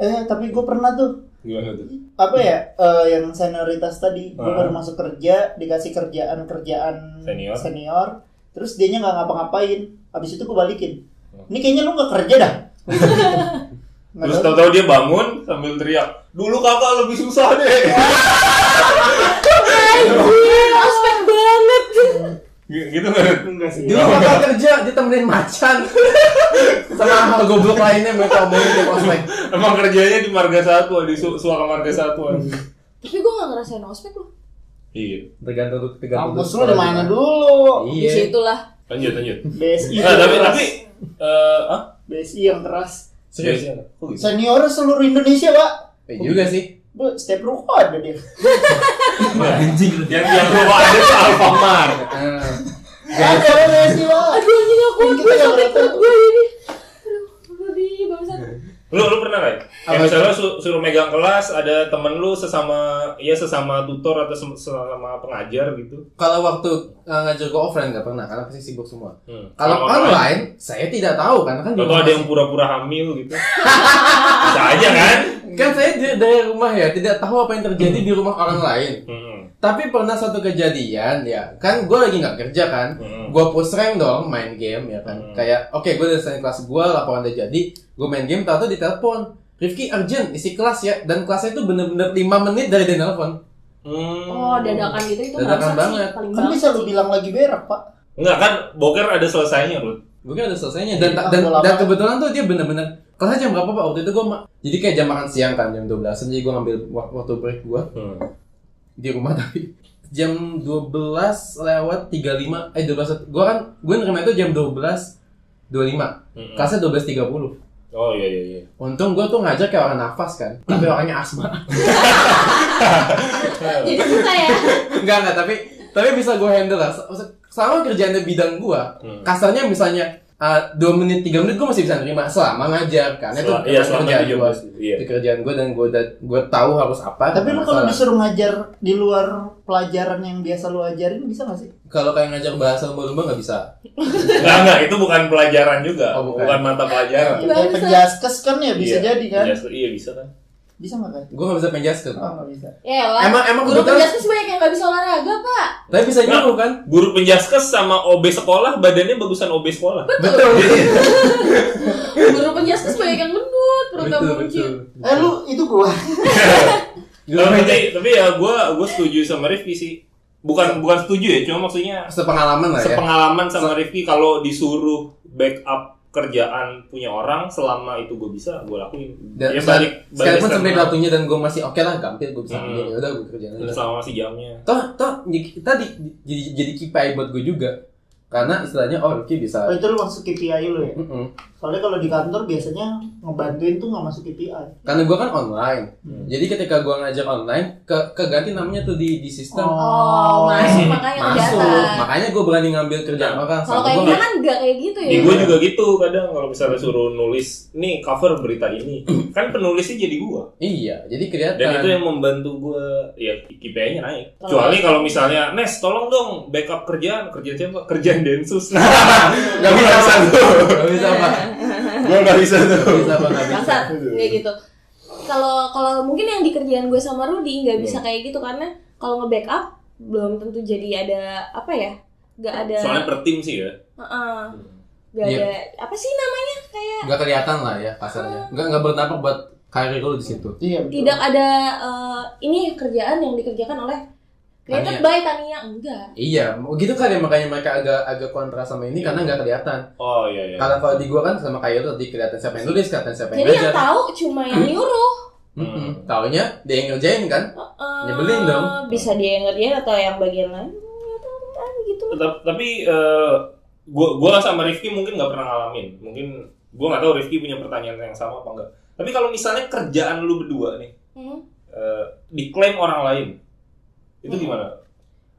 Speaker 4: eh tapi gue pernah tuh
Speaker 1: gimana tuh?
Speaker 4: apa ya eh, yang senioritas tadi gue
Speaker 1: Iya. Ah.
Speaker 4: baru masuk kerja dikasih kerjaan kerjaan
Speaker 1: Senior.
Speaker 4: senior terus dianya nggak ngapa-ngapain abis itu gue balikin
Speaker 1: Hmm.
Speaker 4: ini kayaknya lu nggak kerja dah Nggak
Speaker 1: Terus
Speaker 4: tahu.
Speaker 1: tahu-tahu dia bangun sambil teriak, "Dulu kakak lebih susah deh."
Speaker 2: anjir ospek banget
Speaker 1: G- gitu kan?
Speaker 4: enggak sih
Speaker 3: Dulu bakal kerja, ditemenin macan Sama hal goblok lainnya mereka omongin di prospek
Speaker 1: Emang kerjanya di Marga Satwa, di su suaka Marga Satwa.
Speaker 2: tapi gue gak ngerasain ospek loh
Speaker 1: iya.
Speaker 3: Tergantung lu tergantung
Speaker 4: kampus lu di mana dulu
Speaker 2: di
Speaker 3: Iya
Speaker 2: situ lah
Speaker 1: Lanjut, lanjut.
Speaker 4: BSI
Speaker 1: Nah, tapi
Speaker 4: yang
Speaker 1: tapi eh ah?
Speaker 4: keras. BSI yang keras
Speaker 3: Serius?
Speaker 1: Biasa. Kok gitu?
Speaker 4: senior seluruh Indonesia pak
Speaker 3: Iya. Eh, juga sih
Speaker 4: Bu, setiap ruko ada dia
Speaker 1: Nah, Yang yang gua ada tuh Alfamart.
Speaker 3: Ah.
Speaker 4: ada orang BSI pak
Speaker 2: aduh anjir gak kuat
Speaker 4: Kita
Speaker 2: gue
Speaker 4: nggak
Speaker 2: sakit
Speaker 4: pernah
Speaker 2: perut
Speaker 4: tahu.
Speaker 2: gue ini aduh lebih bangsat
Speaker 3: Iya.
Speaker 1: Lu lu pernah nggak?
Speaker 3: Apa
Speaker 1: Yang misalnya su- suruh megang kelas, ada temen lu sesama ya sesama tutor atau sem- sesama pengajar gitu.
Speaker 3: Kalau waktu eh, ngajar gue offline nggak pernah, karena pasti sibuk semua
Speaker 1: Hmm.
Speaker 3: Kalau online, saya tidak tahu karena kan
Speaker 1: Atau
Speaker 3: di rumah
Speaker 1: ada yang pura-pura hamil gitu. Bisa aja kan?
Speaker 3: kan saya di- dari rumah ya tidak tahu apa yang terjadi di rumah orang lain.
Speaker 1: Hmm.
Speaker 3: Tapi pernah satu kejadian ya kan gue lagi nggak kerja kan,
Speaker 1: Hmm.
Speaker 3: gue push rank dong main game ya kan.
Speaker 1: Hmm.
Speaker 3: Kayak oke gue udah selesai kelas gue laporan udah jadi, gue main game tahu ditelepon. Rifki urgent isi kelas ya dan kelasnya itu bener-bener 5 menit dari dia nelfon.
Speaker 1: Hmm.
Speaker 2: oh dadakan gitu itu
Speaker 3: Dadakan
Speaker 2: bangsat sih
Speaker 3: banget.
Speaker 2: paling
Speaker 4: kan
Speaker 2: bangsat
Speaker 4: bisa lu
Speaker 2: sih.
Speaker 4: bilang lagi berak pak
Speaker 1: Enggak kan boker ada selesainya lu.
Speaker 3: Mungkin udah selesainya dan
Speaker 4: Iya,
Speaker 3: dan,
Speaker 4: bola
Speaker 3: dan
Speaker 4: apa?
Speaker 3: kebetulan tuh dia bener-bener kelasnya jam berapa pak waktu itu gue jadi kayak jam makan siang kan jam 12 jadi gue ngambil wak- waktu break gue
Speaker 1: Hmm.
Speaker 3: di rumah tapi jam 12 lewat 35 eh 12 gua kan gue nerima itu jam 12 25
Speaker 1: Mm-mm.
Speaker 3: kelasnya 12.30
Speaker 1: Hmm. Oh iya iya iya.
Speaker 3: untung gue tuh ngajar kayak orang nafas kan tapi orangnya asma
Speaker 2: jadi susah ya
Speaker 3: enggak enggak tapi tapi bisa gue handle lah S- sama kerjaan di bidang gue
Speaker 1: Hmm.
Speaker 3: kasarnya misalnya uh, 2 menit 3 menit gue masih bisa nerima selama ngajar kan itu
Speaker 1: Sel- iya, selama
Speaker 3: kerjaan
Speaker 1: itu jam
Speaker 3: gue
Speaker 1: 12, iya.
Speaker 3: itu kerjaan gue dan gue gue tahu harus apa
Speaker 4: Tapi lu kalau
Speaker 3: Masalah.
Speaker 4: disuruh ngajar di luar pelajaran yang biasa lu ajarin bisa gak sih?
Speaker 3: kalau kayak ngajar bahasa lumba-lumba nggak bisa
Speaker 1: Enggak enggak itu bukan pelajaran juga.
Speaker 3: Oh, bukan. Iya,
Speaker 1: bukan. mata pelajaran.
Speaker 4: Ya, kayak penjaskes kan ya bisa
Speaker 1: Iya.
Speaker 4: jadi kan?
Speaker 1: Penjelas- iya bisa kan.
Speaker 4: Bisa gak kan?
Speaker 3: gue nggak bisa penjelaskan
Speaker 4: Oh, gak bisa.
Speaker 2: ya lah
Speaker 3: Emang- emang
Speaker 2: guru
Speaker 3: kebetulan-
Speaker 2: penjelaskan banyak yang gak bisa olahraga pak
Speaker 3: tapi bisa
Speaker 1: Iya.
Speaker 3: nyuruh kan
Speaker 1: Guru penjaskes sama OB sekolah badannya bagusan OB sekolah.
Speaker 3: Betul.
Speaker 1: Iya.
Speaker 2: guru penjelaskan banyak yang gendut perutnya
Speaker 3: betul,
Speaker 2: buncit
Speaker 4: Eh lu itu gua.
Speaker 1: tapi, tapi ya gua gua setuju sama Rifki sih. Bukan bukan setuju ya, cuma maksudnya
Speaker 3: Sepengalaman lah ya.
Speaker 1: sepengalaman sama Rifki kalau disuruh backup kerjaan punya orang selama itu gue bisa gue lakuin
Speaker 3: Dan
Speaker 1: ya balik balik
Speaker 3: sekalipun sampai
Speaker 1: statement.
Speaker 3: waktunya dan gue masih oke lah gampil gue bisa
Speaker 1: Hmm.
Speaker 3: ambil ya udah gue kerjain
Speaker 1: Dan
Speaker 3: aja.
Speaker 1: selama masih jamnya
Speaker 3: Toh toh ny- tadi jadi jadi kipai buat gue juga karena istilahnya oh Rifki
Speaker 4: Oh,
Speaker 3: bisa.
Speaker 4: itu lu masuk KPI lu ya.
Speaker 3: Mm-mm.
Speaker 4: Soalnya kalau di kantor biasanya ngebantuin tuh gak masuk KPI.
Speaker 3: Karena gue kan online,
Speaker 1: Hmm.
Speaker 3: jadi ketika gue ngajar online, ke keganti namanya tuh di di sistem
Speaker 2: oh masuk makanya
Speaker 3: masuk.
Speaker 2: kelihatan
Speaker 3: Makanya gue berani ngambil kerjaan
Speaker 1: Nah,
Speaker 3: orang.
Speaker 2: kalau
Speaker 3: soalnya
Speaker 2: kayak
Speaker 3: gua
Speaker 2: dia
Speaker 3: nggak-
Speaker 2: kan gak kayak gitu ya
Speaker 1: di gue juga gitu kadang kalau misalnya suruh nulis nih cover berita ini kan penulisnya jadi gue
Speaker 3: Iya, jadi kelihatan.
Speaker 1: dan itu yang membantu gue ya KPI-nya naik kecuali kalau misalnya Nes tolong dong backup kerjaan kerjaan siapa kerjaan Densus nah
Speaker 3: Gak bisa
Speaker 1: Gak bisa tuh.
Speaker 3: Gak bisa apa?
Speaker 1: gue nggak bisa
Speaker 3: Gak bisa apa? Gak bisa.
Speaker 2: Bangsat, kayak gitu. Kalau kalau mungkin yang di kerjaan gue sama Rudi nggak
Speaker 3: Iya.
Speaker 2: bisa kayak gitu karena kalau nge-backup belum tentu jadi ada apa ya? Nggak ada
Speaker 1: soalnya per tim sih ya
Speaker 2: Heeh. nggak
Speaker 3: Iya.
Speaker 2: ada apa sih namanya kayak
Speaker 3: Gak kelihatan lah ya kasarnya. Gak nggak berdampak buat karir lu di situ.
Speaker 4: Iya. betul.
Speaker 2: tidak ada eh, ini kerjaan yang dikerjakan oleh created
Speaker 3: Tania.
Speaker 2: by Tania enggak.
Speaker 3: Iya, mau gitu kan ya makanya mereka agak agak kontra sama ini karena nggak kelihatan.
Speaker 1: oh iya iya
Speaker 3: Kalau kalau di gua kan sama kayak lu tadi kelihatan siapa yang nulis, kelihatan siapa yang
Speaker 2: Jadi yang
Speaker 3: ngajar.
Speaker 2: tahu cuma yang
Speaker 3: Hmm.
Speaker 2: nyuruh.
Speaker 1: Hmm.
Speaker 3: Mm-mm. Hmm, Taunya dia yang ngerjain kan?
Speaker 2: Heeh.
Speaker 3: Nyebelin dong.
Speaker 2: Bisa dia yang ngerjain atau yang bagian lain? Nggak tahu, kan, gitu.
Speaker 1: Tetap- tapi eh, gua gua sama Rifki mungkin nggak pernah ngalamin mungkin gua nggak tahu Rifki punya pertanyaan yang sama apa enggak tapi kalau misalnya kerjaan lu berdua nih eh,
Speaker 2: Hmm. Hmm.
Speaker 1: diklaim orang lain itu gimana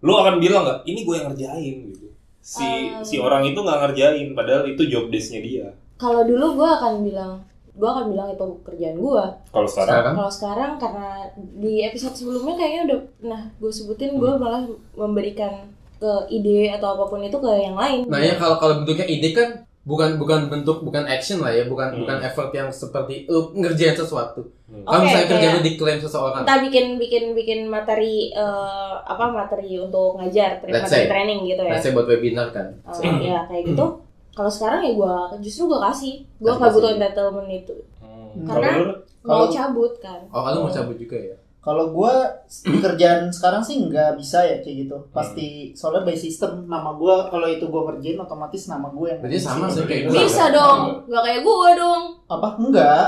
Speaker 1: lu akan bilang nggak ini gue yang ngerjain gitu si
Speaker 2: Ah.
Speaker 1: si orang itu nggak ngerjain padahal itu job desk-nya dia
Speaker 2: Kalau dulu gue akan bilang, gue akan bilang itu kerjaan gue.
Speaker 1: kalau sekarang
Speaker 3: Sekarang
Speaker 2: Kalau sekarang karena di episode sebelumnya kayaknya udah pernah gue sebutin, gue
Speaker 3: Hmm.
Speaker 2: malah memberikan ke ide atau apapun itu ke yang lain.
Speaker 3: Nah ya kalau kalau bentuknya ide kan bukan bukan bentuk bukan action lah ya, bukan
Speaker 1: Hmm.
Speaker 3: bukan effort yang seperti lu ngerjain sesuatu.
Speaker 1: Hmm.
Speaker 2: Oke,
Speaker 3: Kalau
Speaker 2: ya.
Speaker 3: misalnya kerja
Speaker 2: kayak-
Speaker 3: lu diklaim seseorang,
Speaker 2: Entah bikin bikin bikin materi eh, apa materi untuk ngajar, tra-
Speaker 3: Let's
Speaker 2: materi
Speaker 3: say.
Speaker 2: training gitu ya.
Speaker 3: nah, saya buat webinar kan.
Speaker 2: Eh, ya kayak gitu. Kalau sekarang ya gue justru gue kasih, gue
Speaker 3: Kasih-
Speaker 2: nggak butuh
Speaker 3: kasih.
Speaker 2: entitlement itu.
Speaker 1: Hmm.
Speaker 2: Karena-
Speaker 1: Kalau lu,
Speaker 2: Mau
Speaker 4: Kalau-
Speaker 2: cabut kan?
Speaker 3: Oh kalau mau cabut juga ya.
Speaker 4: Kalau gua di kerjaan sekarang sih nggak bisa ya kayak gitu.
Speaker 3: Hmm.
Speaker 4: Pasti soalnya by system nama gua kalau itu gua ngerjain otomatis nama gua yang.
Speaker 3: Berarti sama sih kayak gitu. gue.
Speaker 2: Bisa dong, nggak kayak gue dong.
Speaker 4: Apa enggak?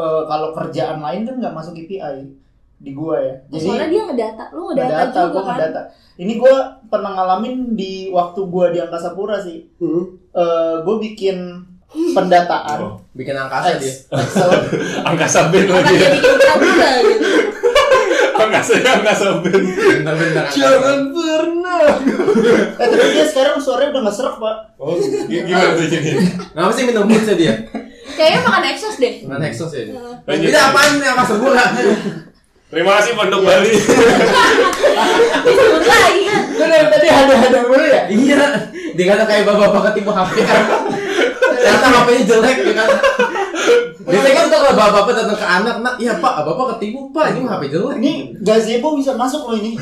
Speaker 4: Eh, kalau kerjaan lain kan nggak masuk KPI di gua ya.
Speaker 2: Soalnya dia ngedata, lu ngedata
Speaker 4: Ngedata,
Speaker 2: juga
Speaker 4: gua
Speaker 2: kan?
Speaker 4: ngedata. Ini gue pernah ngalamin di waktu gue di Angkasa Pura sih.
Speaker 2: Hmm.
Speaker 4: gue bikin pendataan Eh,
Speaker 3: Bikin angkasa dia.
Speaker 4: Ex- Excel.
Speaker 1: angkasa band
Speaker 2: Apa
Speaker 1: lagi
Speaker 2: dia
Speaker 1: ya
Speaker 2: bikin kita juga gitu?
Speaker 1: angkasa angkasa band
Speaker 3: Bentar-bentar. angkasa.
Speaker 1: pernah
Speaker 4: eh tapi dia sekarang suaranya udah nggak serak pak.
Speaker 1: oh gi- gimana tuh jadi
Speaker 3: Ngapa sih minum boots ya dia?
Speaker 2: Kayaknya makan eksos deh.
Speaker 3: Dengan Hexos ya dia.
Speaker 1: Lanjut.
Speaker 3: Ini apaan nih angkasa pura?
Speaker 1: terima kasih pondok Bali
Speaker 2: Turun lagi.
Speaker 4: Gue dari tadi ada-ada mulu ya.
Speaker 3: Iya. Dia kata kayak bapak-bapak ketipu HP kan. Ternyata HP-nya jelek ya kan. Biasanya kan kalau bapak-bapak datang ke anak, nak, iya pak, bapak ketipu pak, ini HP jelek.
Speaker 4: Ini gazebo bisa masuk loh ini.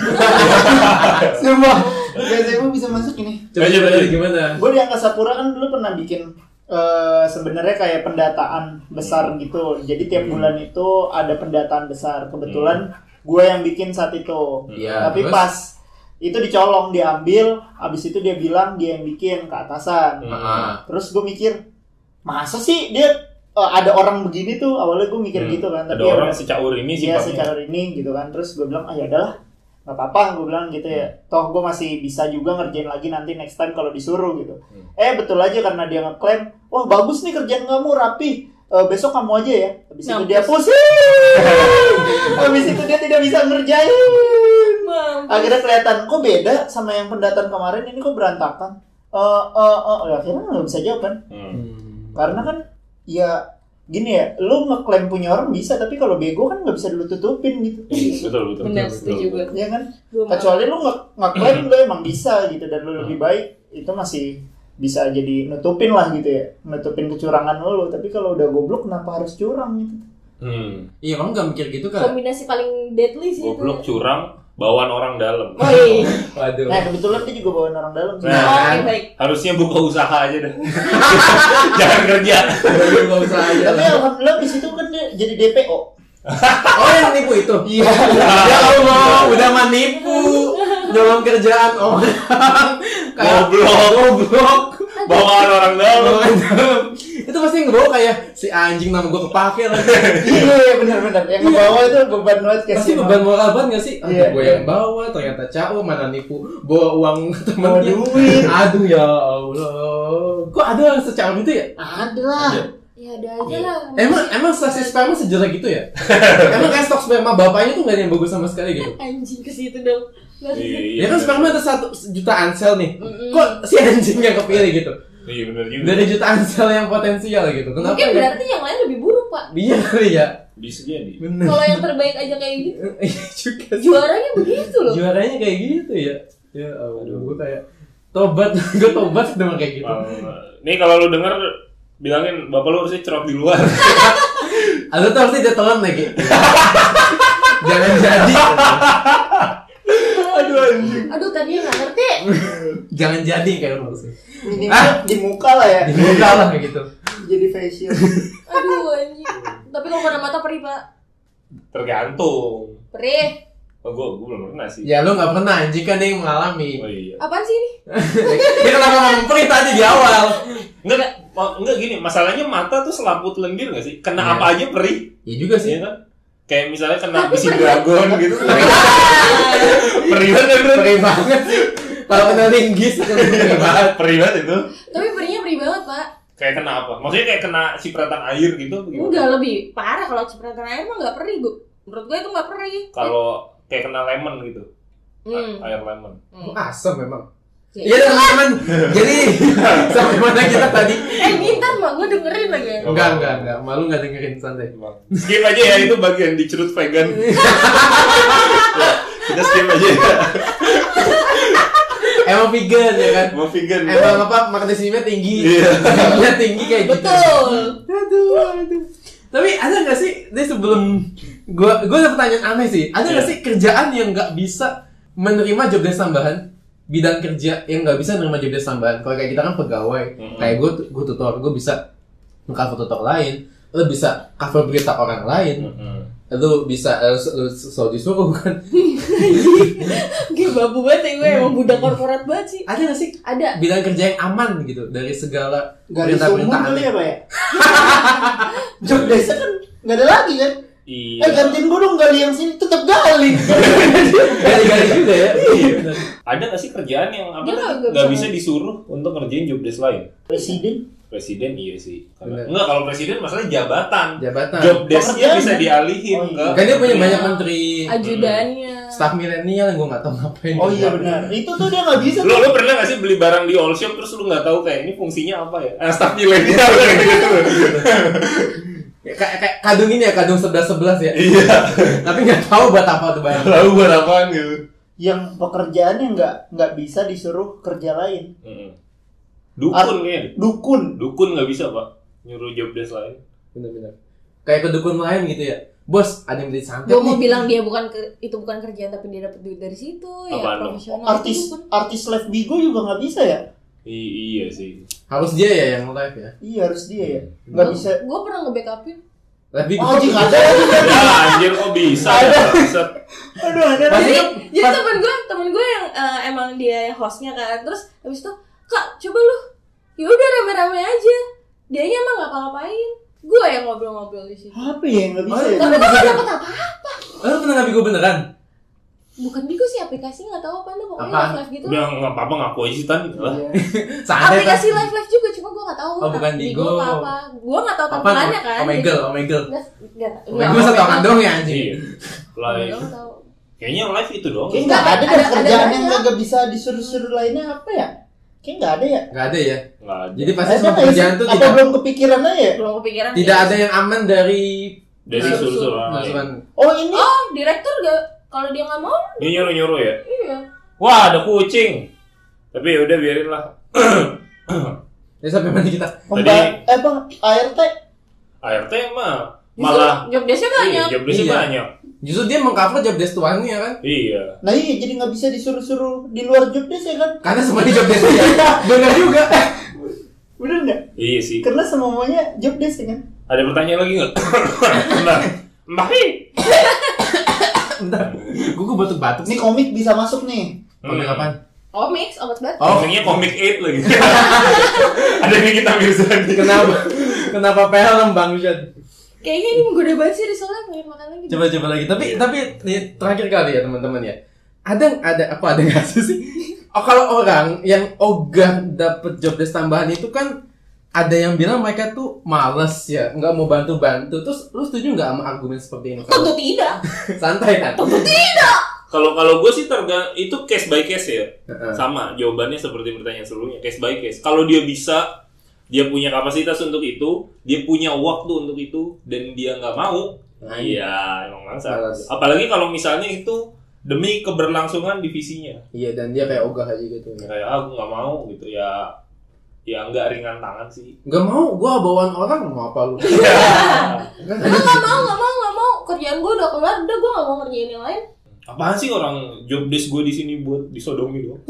Speaker 4: Semua gazebo bisa masuk ini.
Speaker 3: Coba
Speaker 1: Lanjut,
Speaker 3: coba
Speaker 1: lanjut.
Speaker 3: gimana?
Speaker 4: Gue di Angkasa Pura kan dulu pernah bikin eh, sebenarnya kayak pendataan besar gitu. Jadi tiap bulan itu ada pendataan besar. Kebetulan gue yang bikin saat itu.
Speaker 1: Nah,
Speaker 3: Iya,
Speaker 4: Tapi
Speaker 3: terus?
Speaker 4: pas itu dicolong diambil, abis itu dia bilang dia yang bikin ke atasan.
Speaker 1: Hmm.
Speaker 3: Heeh.
Speaker 4: Terus gue mikir masa sih dia eh, ada orang begini tuh awalnya gue mikir
Speaker 1: Hmm.
Speaker 4: gitu kan.
Speaker 1: ada
Speaker 4: ya
Speaker 1: orang
Speaker 4: udah-
Speaker 1: secaur ini sih ya.
Speaker 4: Iya secara ini gitu kan terus gue bilang ah ya udahlah nggak apa-apa gue bilang gitu ya
Speaker 1: Hmm.
Speaker 4: toh gue masih bisa juga ngerjain lagi nanti next time kalau disuruh gitu
Speaker 1: Hmm.
Speaker 4: eh betul aja karena dia ngeklaim wah bagus nih kerjaan kamu rapi Eh, besok kamu aja ya habis itu
Speaker 2: Mampus.
Speaker 4: dia pusing habis itu dia tidak bisa ngerjain akhirnya kelihatan kok beda sama yang pendataan kemarin ini kok berantakan eh eh eh ya, akhirnya nggak bisa jawab kan
Speaker 1: Hmm.
Speaker 3: Hmm.
Speaker 4: karena kan ya gini ya lu ngeklaim punya orang bisa tapi kalau bego kan nggak bisa dulu tutupin gitu
Speaker 1: Iya, betul betul
Speaker 2: Benar,
Speaker 1: betul,
Speaker 2: setuju
Speaker 1: betul.
Speaker 2: gue.
Speaker 4: ya kan kecuali lu nge- ngeklaim lu emang bisa gitu dan lu lebih baik itu masih bisa jadi nutupin lah gitu ya nutupin kecurangan lu tapi kalau udah goblok kenapa harus curang gitu
Speaker 1: Hmm.
Speaker 3: Iya, kamu gak mikir gitu kan?
Speaker 2: Kombinasi paling deadly sih itu.
Speaker 1: goblok curang bawaan orang dalam
Speaker 2: Woi.
Speaker 3: Waduh.
Speaker 4: nah kebetulan dia juga bawain orang dalam sih.
Speaker 1: Nah.
Speaker 2: iya. Oh, Oke baik.
Speaker 1: harusnya buka usaha aja dah jangan kerja
Speaker 3: Waduh, gak usah aja
Speaker 4: tapi
Speaker 3: lah.
Speaker 4: alhamdulillah di situ kan dia jadi DPO
Speaker 3: Oh, yang nipu itu?
Speaker 4: iya
Speaker 3: Ya Allah, udah mah nipu. Nyolong kerjaan oh. orang.
Speaker 1: Goblok.
Speaker 3: Goblok.
Speaker 1: bawaan orang dalam
Speaker 3: itu pasti yang ngebawa kayak si anjing nama gue kepake lagi.
Speaker 4: iya benar-benar yang ngebawa itu beban banget
Speaker 3: Pasti
Speaker 4: kayak Iya sih,
Speaker 3: beban moral banget gak sih? Anjing
Speaker 4: Iya.
Speaker 3: gue yang bawa, ternyata cowok mana nipu bawa uang
Speaker 4: bawa
Speaker 3: temennya.
Speaker 4: duit
Speaker 3: Aduh ya Allah. Kok ada orang secara itu ya?
Speaker 4: ada lah
Speaker 2: Ya ada aja lah.
Speaker 3: Emang emang stasi sperma sejelek gitu ya? emang kayak stok sperma bapaknya tuh gak ada yang bagus sama sekali gitu.
Speaker 2: anjing ke situ dong.
Speaker 1: Iya, iya,
Speaker 3: Ya kan
Speaker 1: bener.
Speaker 3: sperma ada satu jutaan sel nih.
Speaker 2: Mm-mm.
Speaker 3: Kok si anjing gak kepilih gitu?
Speaker 1: iya benar juga
Speaker 3: Dari jutaan sel yang potensial gitu. Kenapa?
Speaker 2: Mungkin
Speaker 3: ya?
Speaker 2: berarti yang lain lebih buruk, Pak.
Speaker 3: Iya kali ya.
Speaker 1: bisa jadi
Speaker 3: Bener.
Speaker 2: Kalau yang terbaik aja kayak gitu.
Speaker 3: Iya juga sih.
Speaker 2: Juaranya begitu loh.
Speaker 3: Juaranya kayak gitu ya. Ya aduh, gue kayak tobat, gue tobat sama kayak gitu.
Speaker 1: Eh, nih kalau lu denger bilangin bapak lu harusnya cerot di luar
Speaker 3: Ah, Lu tuh harusnya dia telan lagi. Jangan jadi,
Speaker 1: aduh anjing
Speaker 2: Aduh tadi nggak ngerti.
Speaker 3: jangan jadi kayak lu harusnya.
Speaker 4: minimal di muka lah ya
Speaker 3: Dibuka lah kayak gitu.
Speaker 4: jadi facial
Speaker 2: Aduh anjing. Tapi kalau kena mata perih pak.
Speaker 1: tergantung
Speaker 2: Perih.
Speaker 1: oh, gue gue belum pernah sih
Speaker 3: Ya lu nggak pernah anjing kan dia yang mengalami.
Speaker 1: oh iya
Speaker 2: Apaan sih ini?
Speaker 3: dia kenapa ngomong perih tadi di awal?
Speaker 1: enggak ma- enggak gini masalahnya mata tuh selaput lendir gak sih kena
Speaker 3: Iya.
Speaker 1: apa aja perih
Speaker 3: Ya juga
Speaker 1: iya
Speaker 3: sih.
Speaker 1: kan kayak misalnya kena
Speaker 2: Tapi
Speaker 1: besi
Speaker 2: perih.
Speaker 1: dragon gitu perih banget kan?
Speaker 3: Perih banget sih. Kalau kena linggis itu perih banget.
Speaker 1: perih banget itu
Speaker 2: Tapi perihnya perih banget pak.
Speaker 1: kayak kena apa maksudnya kayak kena cipratan air gitu apa gimana?
Speaker 2: Enggak lebih parah kalau cipratan air mah nggak perih gue. Menurut gue itu nggak perih.
Speaker 1: kalau kayak kena lemon gitu
Speaker 2: Hmm.
Speaker 1: air lemon
Speaker 2: Hmm.
Speaker 3: Asam memang. Iya dong teman. Jadi sampai mana kita tadi?
Speaker 2: Eh, ntar mah gue dengerin lagi.
Speaker 1: Oh.
Speaker 3: Enggak enggak enggak. Malu nggak dengerin santai.
Speaker 1: Skip aja ya itu bagian dicerut vegan.
Speaker 3: Iya.
Speaker 1: Kita skip aja. ya.
Speaker 3: Emang vegan ya kan?
Speaker 1: Mau vegan.
Speaker 3: Emang apa magnesiumnya tinggi?
Speaker 1: Iya.
Speaker 3: Tingginya tinggi kayak gitu.
Speaker 2: Betul.
Speaker 3: Aduh, aduh. Tapi ada nggak sih, ini sebelum gua gua ada pertanyaan aneh sih. Ada nggak
Speaker 1: Iya.
Speaker 3: sih kerjaan yang nggak bisa menerima job desk tambahan? Bidang kerja yang nggak bisa menerima job desk tambahan. Kalau kayak kita kan pegawai,
Speaker 1: Mm-mm.
Speaker 3: kayak gua gua tutor, gua bisa cover tutor lain, lu bisa cover berita orang lain,
Speaker 1: Mm-mm.
Speaker 3: lu bisa eh, lu- lu selalu disuruh kan.
Speaker 2: Gue babu banget ya gue emang budak korporat banget sih.
Speaker 3: Ada nggak sih
Speaker 2: Ada.
Speaker 3: bidang kerja yang aman gitu dari segala
Speaker 4: Garis umum kali ya, Pak ya? Job desa kan nggak ada lagi kan?
Speaker 1: Iya.
Speaker 4: Eh gantiin gue dong gali yang sini tetap gali.
Speaker 3: Gali-gali juga ya. Iya. benar.
Speaker 1: Ada nggak sih kerjaan yang apa
Speaker 2: Dia
Speaker 1: tadi?
Speaker 2: nggak
Speaker 1: nggak
Speaker 2: bisa.
Speaker 1: bisa disuruh untuk ngerjain job desk lain?
Speaker 4: Presiden
Speaker 1: Presiden iya sih. Karena,
Speaker 3: Bener.
Speaker 1: enggak kalau presiden masalah jabatan.
Speaker 3: Jabatan.
Speaker 1: Job desknya
Speaker 4: Pekerjaan.
Speaker 1: bisa dialihin
Speaker 4: Oh, iya.
Speaker 1: ke.
Speaker 3: Kan dia punya banyak menteri.
Speaker 2: Ajudannya.
Speaker 3: staff milenial yang gue nggak tahu ngapain.
Speaker 4: Oh iya benar. Itu tuh dia nggak bisa.
Speaker 1: Lu, lu pernah gak sih beli barang di all shop terus lu gak tahu kayak ini fungsinya apa ya? Eh, staff milenial kayak gitu.
Speaker 3: Ya, Kayak kayak kadung ini ya kadung sebelas sebelas ya.
Speaker 1: Iya.
Speaker 3: Tapi nggak tahu buat apa tuh barang.
Speaker 1: Lalu buat apaan gitu?
Speaker 4: Yang pekerjaannya nggak nggak bisa disuruh kerja lain.
Speaker 1: Mm-mm. Dukun kayaknya.
Speaker 4: Dukun.
Speaker 1: Dukun gak bisa pak nyuruh job desk lain.
Speaker 3: Bener-bener. Kayak kedukun lain gitu ya. Bos, ada yang beli santet
Speaker 2: Gue mau
Speaker 3: nih.
Speaker 2: bilang dia bukan ke- itu bukan kerjaan tapi dia dapat duit dari situ
Speaker 1: Apaan
Speaker 2: ya
Speaker 1: lo?
Speaker 2: profesional.
Speaker 4: Artis
Speaker 2: Itu bukan.
Speaker 4: artis live bigo juga nggak bisa ya?
Speaker 1: I- iya sih.
Speaker 3: Harus dia ya yang live ya.
Speaker 4: Iya harus dia ya. Nggak
Speaker 2: Gua-
Speaker 4: bisa.
Speaker 2: Gua pernah nge-backupin.
Speaker 3: Tapi
Speaker 4: Oh
Speaker 3: gua-
Speaker 4: jika ada lagi
Speaker 1: Ya lah, anjir kok bisa ya? Set.
Speaker 4: Aduh ada lagi. Iya.
Speaker 2: Jadi, jadi
Speaker 4: pas-
Speaker 2: temen gue, temen gue yang eh, emang dia yang hostnya kan, terus habis itu kak coba lu, ya udah rame-rame aja. Dianya emang nggak apa-apain, gue yang ngobrol-ngobrol di situ.
Speaker 4: Apa ya nggak bisa?
Speaker 3: Oh,
Speaker 4: ya?
Speaker 2: Tapi gue nggak dapet apa?
Speaker 3: Lu pernah nggak bigo beneran?
Speaker 2: Bukan bigo sih aplikasi nggak tahu apa tuh pokoknya
Speaker 3: Apaan?
Speaker 2: live live gitu.
Speaker 1: Udah nggak apa-apa ngaku aja sih tan. Lah.
Speaker 3: Santet
Speaker 2: Aplikasi live live juga, cuma gue nggak tahu. Nah,
Speaker 3: Oh, bukan
Speaker 2: bigo
Speaker 3: Bigo.
Speaker 2: apa apa? Gue nggak tahu
Speaker 3: Apa?
Speaker 2: tampilannya kan.
Speaker 3: Omegle, Omegle.
Speaker 2: Nggak, nggak.
Speaker 3: Omegle satu orang doang ya anjing.
Speaker 1: Iya. Live. Kayaknya live itu doang.
Speaker 4: Kayaknya nggak ada,
Speaker 2: Ada-
Speaker 4: deh
Speaker 2: ada
Speaker 4: kerjaan yang
Speaker 2: banyak.
Speaker 4: nggak bisa disuruh-suruh lainnya apa ya? Kayaknya nggak ada ya.
Speaker 3: Gak ada ya.
Speaker 1: Nggak ada.
Speaker 3: Jadi pasti
Speaker 4: Ada
Speaker 3: semua
Speaker 4: nggak ya?
Speaker 3: pekerjaan tuh
Speaker 4: apa
Speaker 3: tidak
Speaker 4: belum kepikiran aja ya?
Speaker 2: Belum kepikiran. Iya.
Speaker 3: tidak ada yang aman dari
Speaker 1: Dari suruh-suruh orang lain.
Speaker 3: masukan.
Speaker 4: Oh ini
Speaker 2: Oh, direktur nggak? Kalau dia nggak mau,
Speaker 1: Dia nyuruh-nyuruh ya.
Speaker 2: iya.
Speaker 1: Wah ada kucing. Tapi ya udah biarin lah.
Speaker 3: Jadi Ya, sampai mana kita?
Speaker 4: Pemba- eh bang ART
Speaker 1: ART mah malah
Speaker 2: job desknya
Speaker 1: iya,
Speaker 2: banyak.
Speaker 1: job desknya
Speaker 3: Iya.
Speaker 1: banyak.
Speaker 3: Justru dia mengcover job desk tuannya kan.
Speaker 1: Iya.
Speaker 4: nah iya jadi nggak bisa disuruh-suruh di luar job desk ya kan
Speaker 3: Karena semuanya job desk dia. Iya, Bener juga.
Speaker 4: bener nggak
Speaker 1: Iya sih.
Speaker 4: karena semuanya job desk ya kan
Speaker 1: Ada pertanyaan lagi nggak? Bentar. Mbak.
Speaker 3: Bentar. Gue batuk-batuk
Speaker 4: ini
Speaker 3: nih.
Speaker 4: komik bisa masuk nih
Speaker 3: Komik apaan?
Speaker 2: Oh, mix obat batuk.
Speaker 3: Oh.
Speaker 1: Komiknya komik 8 lagi. Ada yang kita Mirzani.
Speaker 3: Kenapa? Kenapa film Bang Jad?
Speaker 2: Kayaknya ini menggoda banget sih soalnya pengen makan lagi.
Speaker 3: Coba coba lagi. Tapi tapi ini terakhir kali ya teman-teman ya. Ada ada apa ada nggak sih sih? Oh, kalau orang yang ogah dapet job desk tambahan itu kan ada yang bilang mereka tuh males ya, nggak mau bantu-bantu. Terus lu setuju nggak sama argumen seperti ini?
Speaker 2: Tentu
Speaker 3: Kalau
Speaker 2: tidak.
Speaker 3: santai kan?
Speaker 1: Kalau kalau gue sih terga itu case by case ya.
Speaker 3: Heeh.
Speaker 1: Sama jawabannya seperti pertanyaan sebelumnya case by case. Kalau dia bisa dia punya kapasitas untuk itu, dia punya waktu untuk itu dan dia nggak mau,
Speaker 3: Nah,
Speaker 1: iya emang mangsa.
Speaker 3: Males.
Speaker 1: Apalagi kalau misalnya itu demi keberlangsungan divisinya.
Speaker 3: Iya dan dia kayak ogah aja gitu.
Speaker 1: Ya, kayak ah gue nggak mau gitu ya ya nggak ringan tangan sih
Speaker 3: Gak mau, gua bawaan orang mau apa lu?
Speaker 2: Gue nggak mau, nggak mau, nggak mau. Kerjaan gue udah kelar, udah gue nggak mau ngerjain yang lain.
Speaker 1: apaan sih orang job desk gue di sini buat disodomi doang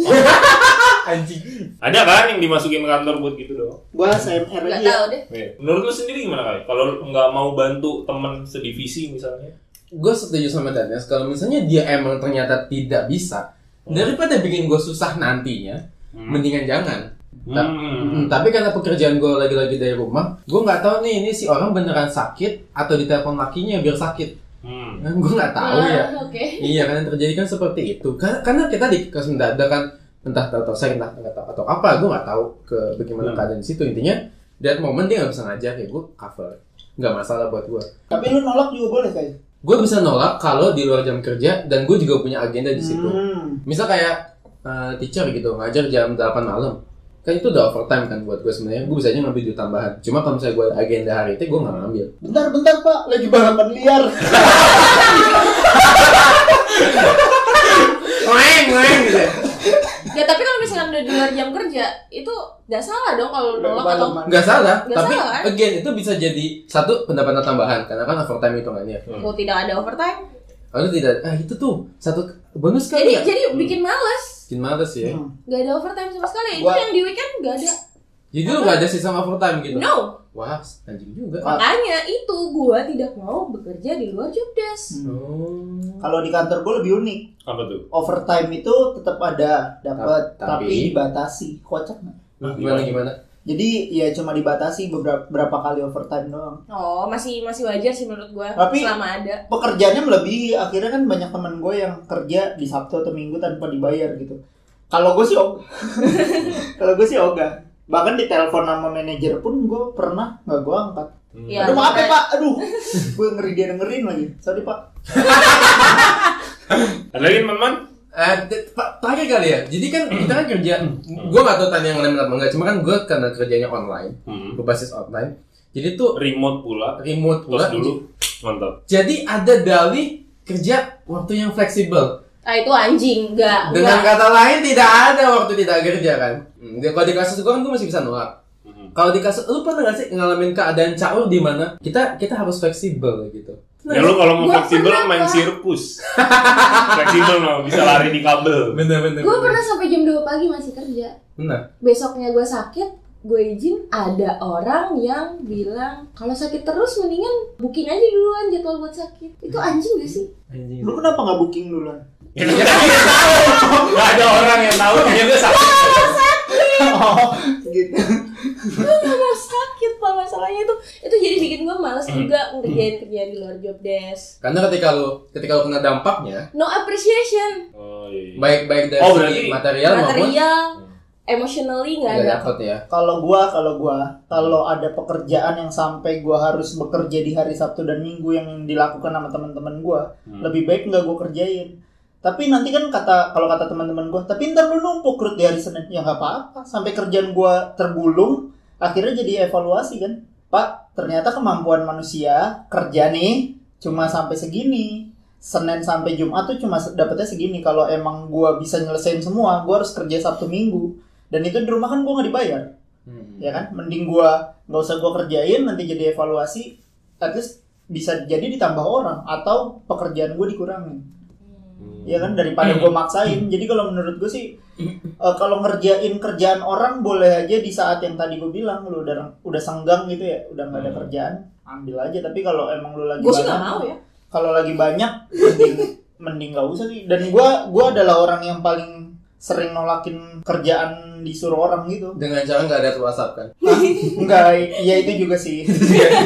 Speaker 3: Anjing.
Speaker 1: ada kan yang dimasukin ke kantor buat gitu doang
Speaker 4: gua SMR
Speaker 2: Nggak
Speaker 4: aja ya.
Speaker 2: tahu deh.
Speaker 1: menurut lu sendiri gimana kali kalau nggak mau bantu teman sedivisi misalnya
Speaker 3: gue setuju sama Daniel kalau misalnya dia emang ternyata tidak bisa daripada bikin gue susah nantinya mendingan jangan Ta- Hmm,
Speaker 1: Hmm.
Speaker 3: tapi karena pekerjaan gue lagi-lagi dari rumah gue nggak tahu nih ini si orang beneran sakit atau ditelepon lakinya biar sakit
Speaker 1: Hmm.
Speaker 3: kan gue nggak tahu
Speaker 2: Ah,
Speaker 3: ya
Speaker 2: Oke.
Speaker 3: iya kan yang terjadi kan seperti itu karena, karena kita di kas mendadak kan entah tahu saya entah nggak tahu atau apa gue nggak tahu ke bagaimana
Speaker 1: Hmm.
Speaker 3: keadaan di situ intinya that moment dia nggak bisa ngajar ya gue cover nggak masalah buat gue
Speaker 4: tapi lu nolak juga boleh kayak
Speaker 3: gue bisa nolak kalau di luar jam kerja dan gue juga punya agenda di situ
Speaker 4: hmm.
Speaker 3: Misal kayak eh, teacher gitu ngajar jam 8 malam kan itu udah overtime kan buat gue sebenarnya gue bisa aja ngambil duit tambahan cuma kalau misalnya gue ada agenda hari itu gue nggak ngambil
Speaker 4: Bentar, bentar pak, lagi balapan liar.
Speaker 3: Ngeng, ngeng, gitu ya.
Speaker 2: Ya tapi kalau misalkan udah di luar jam kerja itu nggak salah dong kalau
Speaker 4: Udah
Speaker 2: nolak atau
Speaker 4: balapan.
Speaker 3: nggak salah
Speaker 2: Nggak
Speaker 3: tapi
Speaker 2: salah, kan?
Speaker 3: again itu bisa jadi satu pendapatan tambahan karena kan overtime itu kan ya
Speaker 2: kalau tidak ada overtime.
Speaker 3: lalu tidak ah itu tuh satu bonus
Speaker 2: Jadi
Speaker 3: kali ya
Speaker 2: jadi bikin males.
Speaker 3: bikin males ya
Speaker 4: Hmm.
Speaker 2: Gak ada overtime sama sekali.
Speaker 4: Gua-
Speaker 2: Itu yang di weekend gak ada.
Speaker 3: jadi lu Ya nggak ada sisa overtime gitu
Speaker 2: No.
Speaker 3: wah anjing juga
Speaker 4: Ah.
Speaker 2: Makanya itu gua tidak mau bekerja di luar job desk.
Speaker 4: Hmm.
Speaker 3: oh
Speaker 4: Kalau di kantor gue lebih unik.
Speaker 1: Apa tuh?
Speaker 4: Overtime itu tetap ada, dapat,
Speaker 3: Ta- tapi-
Speaker 4: tapi, dibatasi. Kocak nggak?
Speaker 1: Nah,
Speaker 3: gimana
Speaker 1: gimana?
Speaker 3: gimana
Speaker 4: Jadi ya cuma dibatasi beberapa berapa kali overtime doang.
Speaker 2: Oh, masih masih wajar sih menurut gua.
Speaker 4: Hmm. Tapi-
Speaker 2: selama ada.
Speaker 4: pekerjaannya melebihi akhirnya kan banyak teman gue yang kerja di Sabtu atau Minggu tanpa dibayar gitu kalau gue sih ogah kalau gue sih ogah bahkan ditelepon sama manajer pun gue pernah nggak gue angkat
Speaker 1: Hmm.
Speaker 2: Iya.
Speaker 4: aduh maaf ya
Speaker 2: makanya.
Speaker 4: pak aduh gue ngeri dia dengerin lagi sorry pak
Speaker 1: Ada lagi teman-teman?
Speaker 3: Eh, t- pa- terakhir kali ya. Jadi kan kita kan kerja,
Speaker 2: Hmm.
Speaker 3: gue gak tau tanya yang lain apa enggak. Cuma kan gue karena kerjanya online,
Speaker 1: Hmm.
Speaker 3: berbasis online. Jadi tuh
Speaker 1: Remote pula.
Speaker 3: remote
Speaker 1: Tos
Speaker 3: pula.
Speaker 1: dulu. Mantap.
Speaker 3: Jadi ada dalih kerja waktu yang fleksibel.
Speaker 2: Ah itu anjing, enggak.
Speaker 3: Dengan kata lain tidak ada waktu tidak kerja kan. Hmm, Kalau di kasus gue kan gue masih bisa nolak.
Speaker 1: Hmm.
Speaker 3: Kalau di kasus lu pernah gak sih ngalamin keadaan caur di mana kita kita harus fleksibel gitu.
Speaker 1: Ya lu kalau mau
Speaker 2: Gua
Speaker 1: fleksibel
Speaker 2: pernah,
Speaker 1: main
Speaker 2: Pak.
Speaker 1: sirkus. fleksibel mau bisa lari di kabel.
Speaker 3: Bener-bener.
Speaker 2: Gua pernah sampai jam 2 pagi masih kerja.
Speaker 3: Nah,
Speaker 2: Besoknya gua sakit, gue izin ada orang yang bilang kalau sakit terus mendingan booking aja duluan jadwal buat sakit itu
Speaker 1: Hmm.
Speaker 2: anjing gak sih
Speaker 3: anjing.
Speaker 4: lu kenapa nggak booking duluan
Speaker 1: Ya,
Speaker 3: Iya,
Speaker 1: kan dia tahu. Gak ada orang yang tahu dia tuh sakit.
Speaker 4: oh gitu
Speaker 2: gue gak mau sakit pak masalahnya itu itu jadi bikin gue males
Speaker 1: Hmm.
Speaker 2: juga ngerjain kerjaan di luar job desk
Speaker 3: Karena ketika lu ketika lu kena dampaknya,
Speaker 2: no appreciation
Speaker 1: Oh, iya.
Speaker 3: baik baik dari
Speaker 1: Oh,
Speaker 3: segi
Speaker 1: berarti
Speaker 3: material, maupun
Speaker 2: material emotionally nggak
Speaker 1: Iya,
Speaker 3: nggak
Speaker 2: ada
Speaker 3: dapat ya
Speaker 4: kalau gue kalau gue kalau ada pekerjaan yang sampai gue harus bekerja di hari Sabtu dan Minggu yang dilakukan sama teman-teman gue
Speaker 1: Hmm.
Speaker 4: lebih baik nggak gue kerjain tapi nanti kan kata kalau kata teman-teman gue tapi ntar lu numpuk kerut di hari Senin ya nggak apa-apa sampai kerjaan gue tergulung akhirnya jadi evaluasi kan pak ternyata kemampuan manusia kerja nih cuma sampai segini Senin sampai Jumat tuh cuma se- dapetnya segini kalau emang gue bisa nyelesain semua gue harus kerja Sabtu Minggu dan itu di rumah kan gue nggak dibayar
Speaker 3: Hmm.
Speaker 4: ya kan mending gua nggak usah gua kerjain nanti jadi evaluasi at least bisa jadi ditambah orang atau pekerjaan gua dikurangin ya kan daripada gua maksain jadi kalau menurut gua sih eh, kalau ngerjain kerjaan orang boleh aja di saat yang tadi gua bilang lu udah udah senggang gitu ya udah nggak ada
Speaker 1: Hmm.
Speaker 4: kerjaan ambil aja tapi kalau emang lu lagi
Speaker 2: gue sih
Speaker 4: banyak-
Speaker 2: nggak mau ya
Speaker 4: kalau lagi banyak mending mending nggak usah sih dan gua gua adalah orang yang paling sering nolakin kerjaan disuruh orang gitu
Speaker 3: dengan cara nggak ada WhatsApp kan
Speaker 4: Enggak, ya itu juga sih.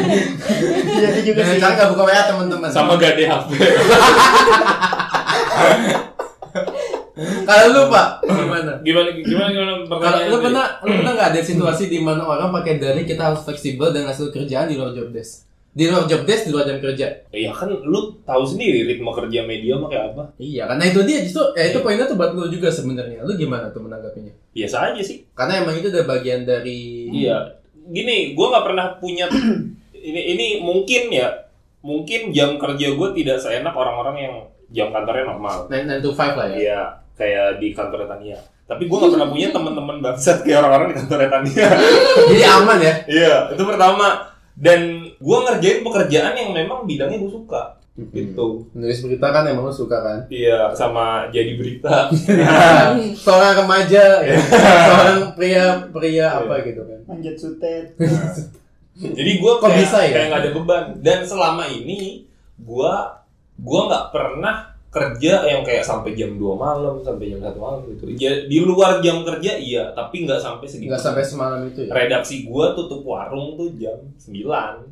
Speaker 4: Iya itu juga
Speaker 3: dengan
Speaker 4: sih.
Speaker 3: cara nggak buka WA teman-teman
Speaker 1: Sama gade HP.
Speaker 3: kalau lu pak gimana
Speaker 1: Gimana gimana gimana
Speaker 3: kalau
Speaker 1: pertanyaan?
Speaker 3: lu pernah lu pernah nggak ada situasi di mana orang pakai dalih kita harus fleksibel dan hasil kerjaan di luar job desk di luar job desk di luar jam kerja
Speaker 1: Ya kan lu tahu sendiri ritme kerja media mah kayak apa.
Speaker 3: iya karena itu dia justru ya
Speaker 1: Iya.
Speaker 3: itu poinnya tuh buat lu juga sebenarnya lu gimana tuh menanggapinya
Speaker 1: Biasa aja sih.
Speaker 3: karena emang itu udah bagian dari
Speaker 1: Iya. Gini, gue nggak pernah punya ini ini mungkin ya mungkin jam kerja gue tidak seenak orang-orang yang jam kantornya normal.
Speaker 3: nine, nine to five lah ya
Speaker 1: Iya, kayak di kantor Tania. Tapi gue nggak pernah punya teman-teman bangsat kayak orang-orang di kantor Tania.
Speaker 3: jadi aman ya
Speaker 1: Iya, itu pertama. Dan gue ngerjain pekerjaan yang memang bidangnya gue suka. Gitu.
Speaker 3: nulis berita kan emang lu suka kan
Speaker 1: Iya, sama jadi berita. Iya.
Speaker 3: seorang remaja gitu. seorang pria pria apa gitu kan
Speaker 4: Lanjut sutet.
Speaker 1: Jadi gue
Speaker 3: Kok
Speaker 1: kayak,
Speaker 3: bisa ya?
Speaker 1: kayak nggak ada beban. Dan selama ini gue gua nggak pernah kerja yang kayak sampai jam 2 malam sampai jam 1 malam gitu. Ya, di luar jam kerja iya, tapi nggak sampai segitu.
Speaker 3: nggak sampai semalam itu ya
Speaker 1: Redaksi gue tutup warung tuh jam 9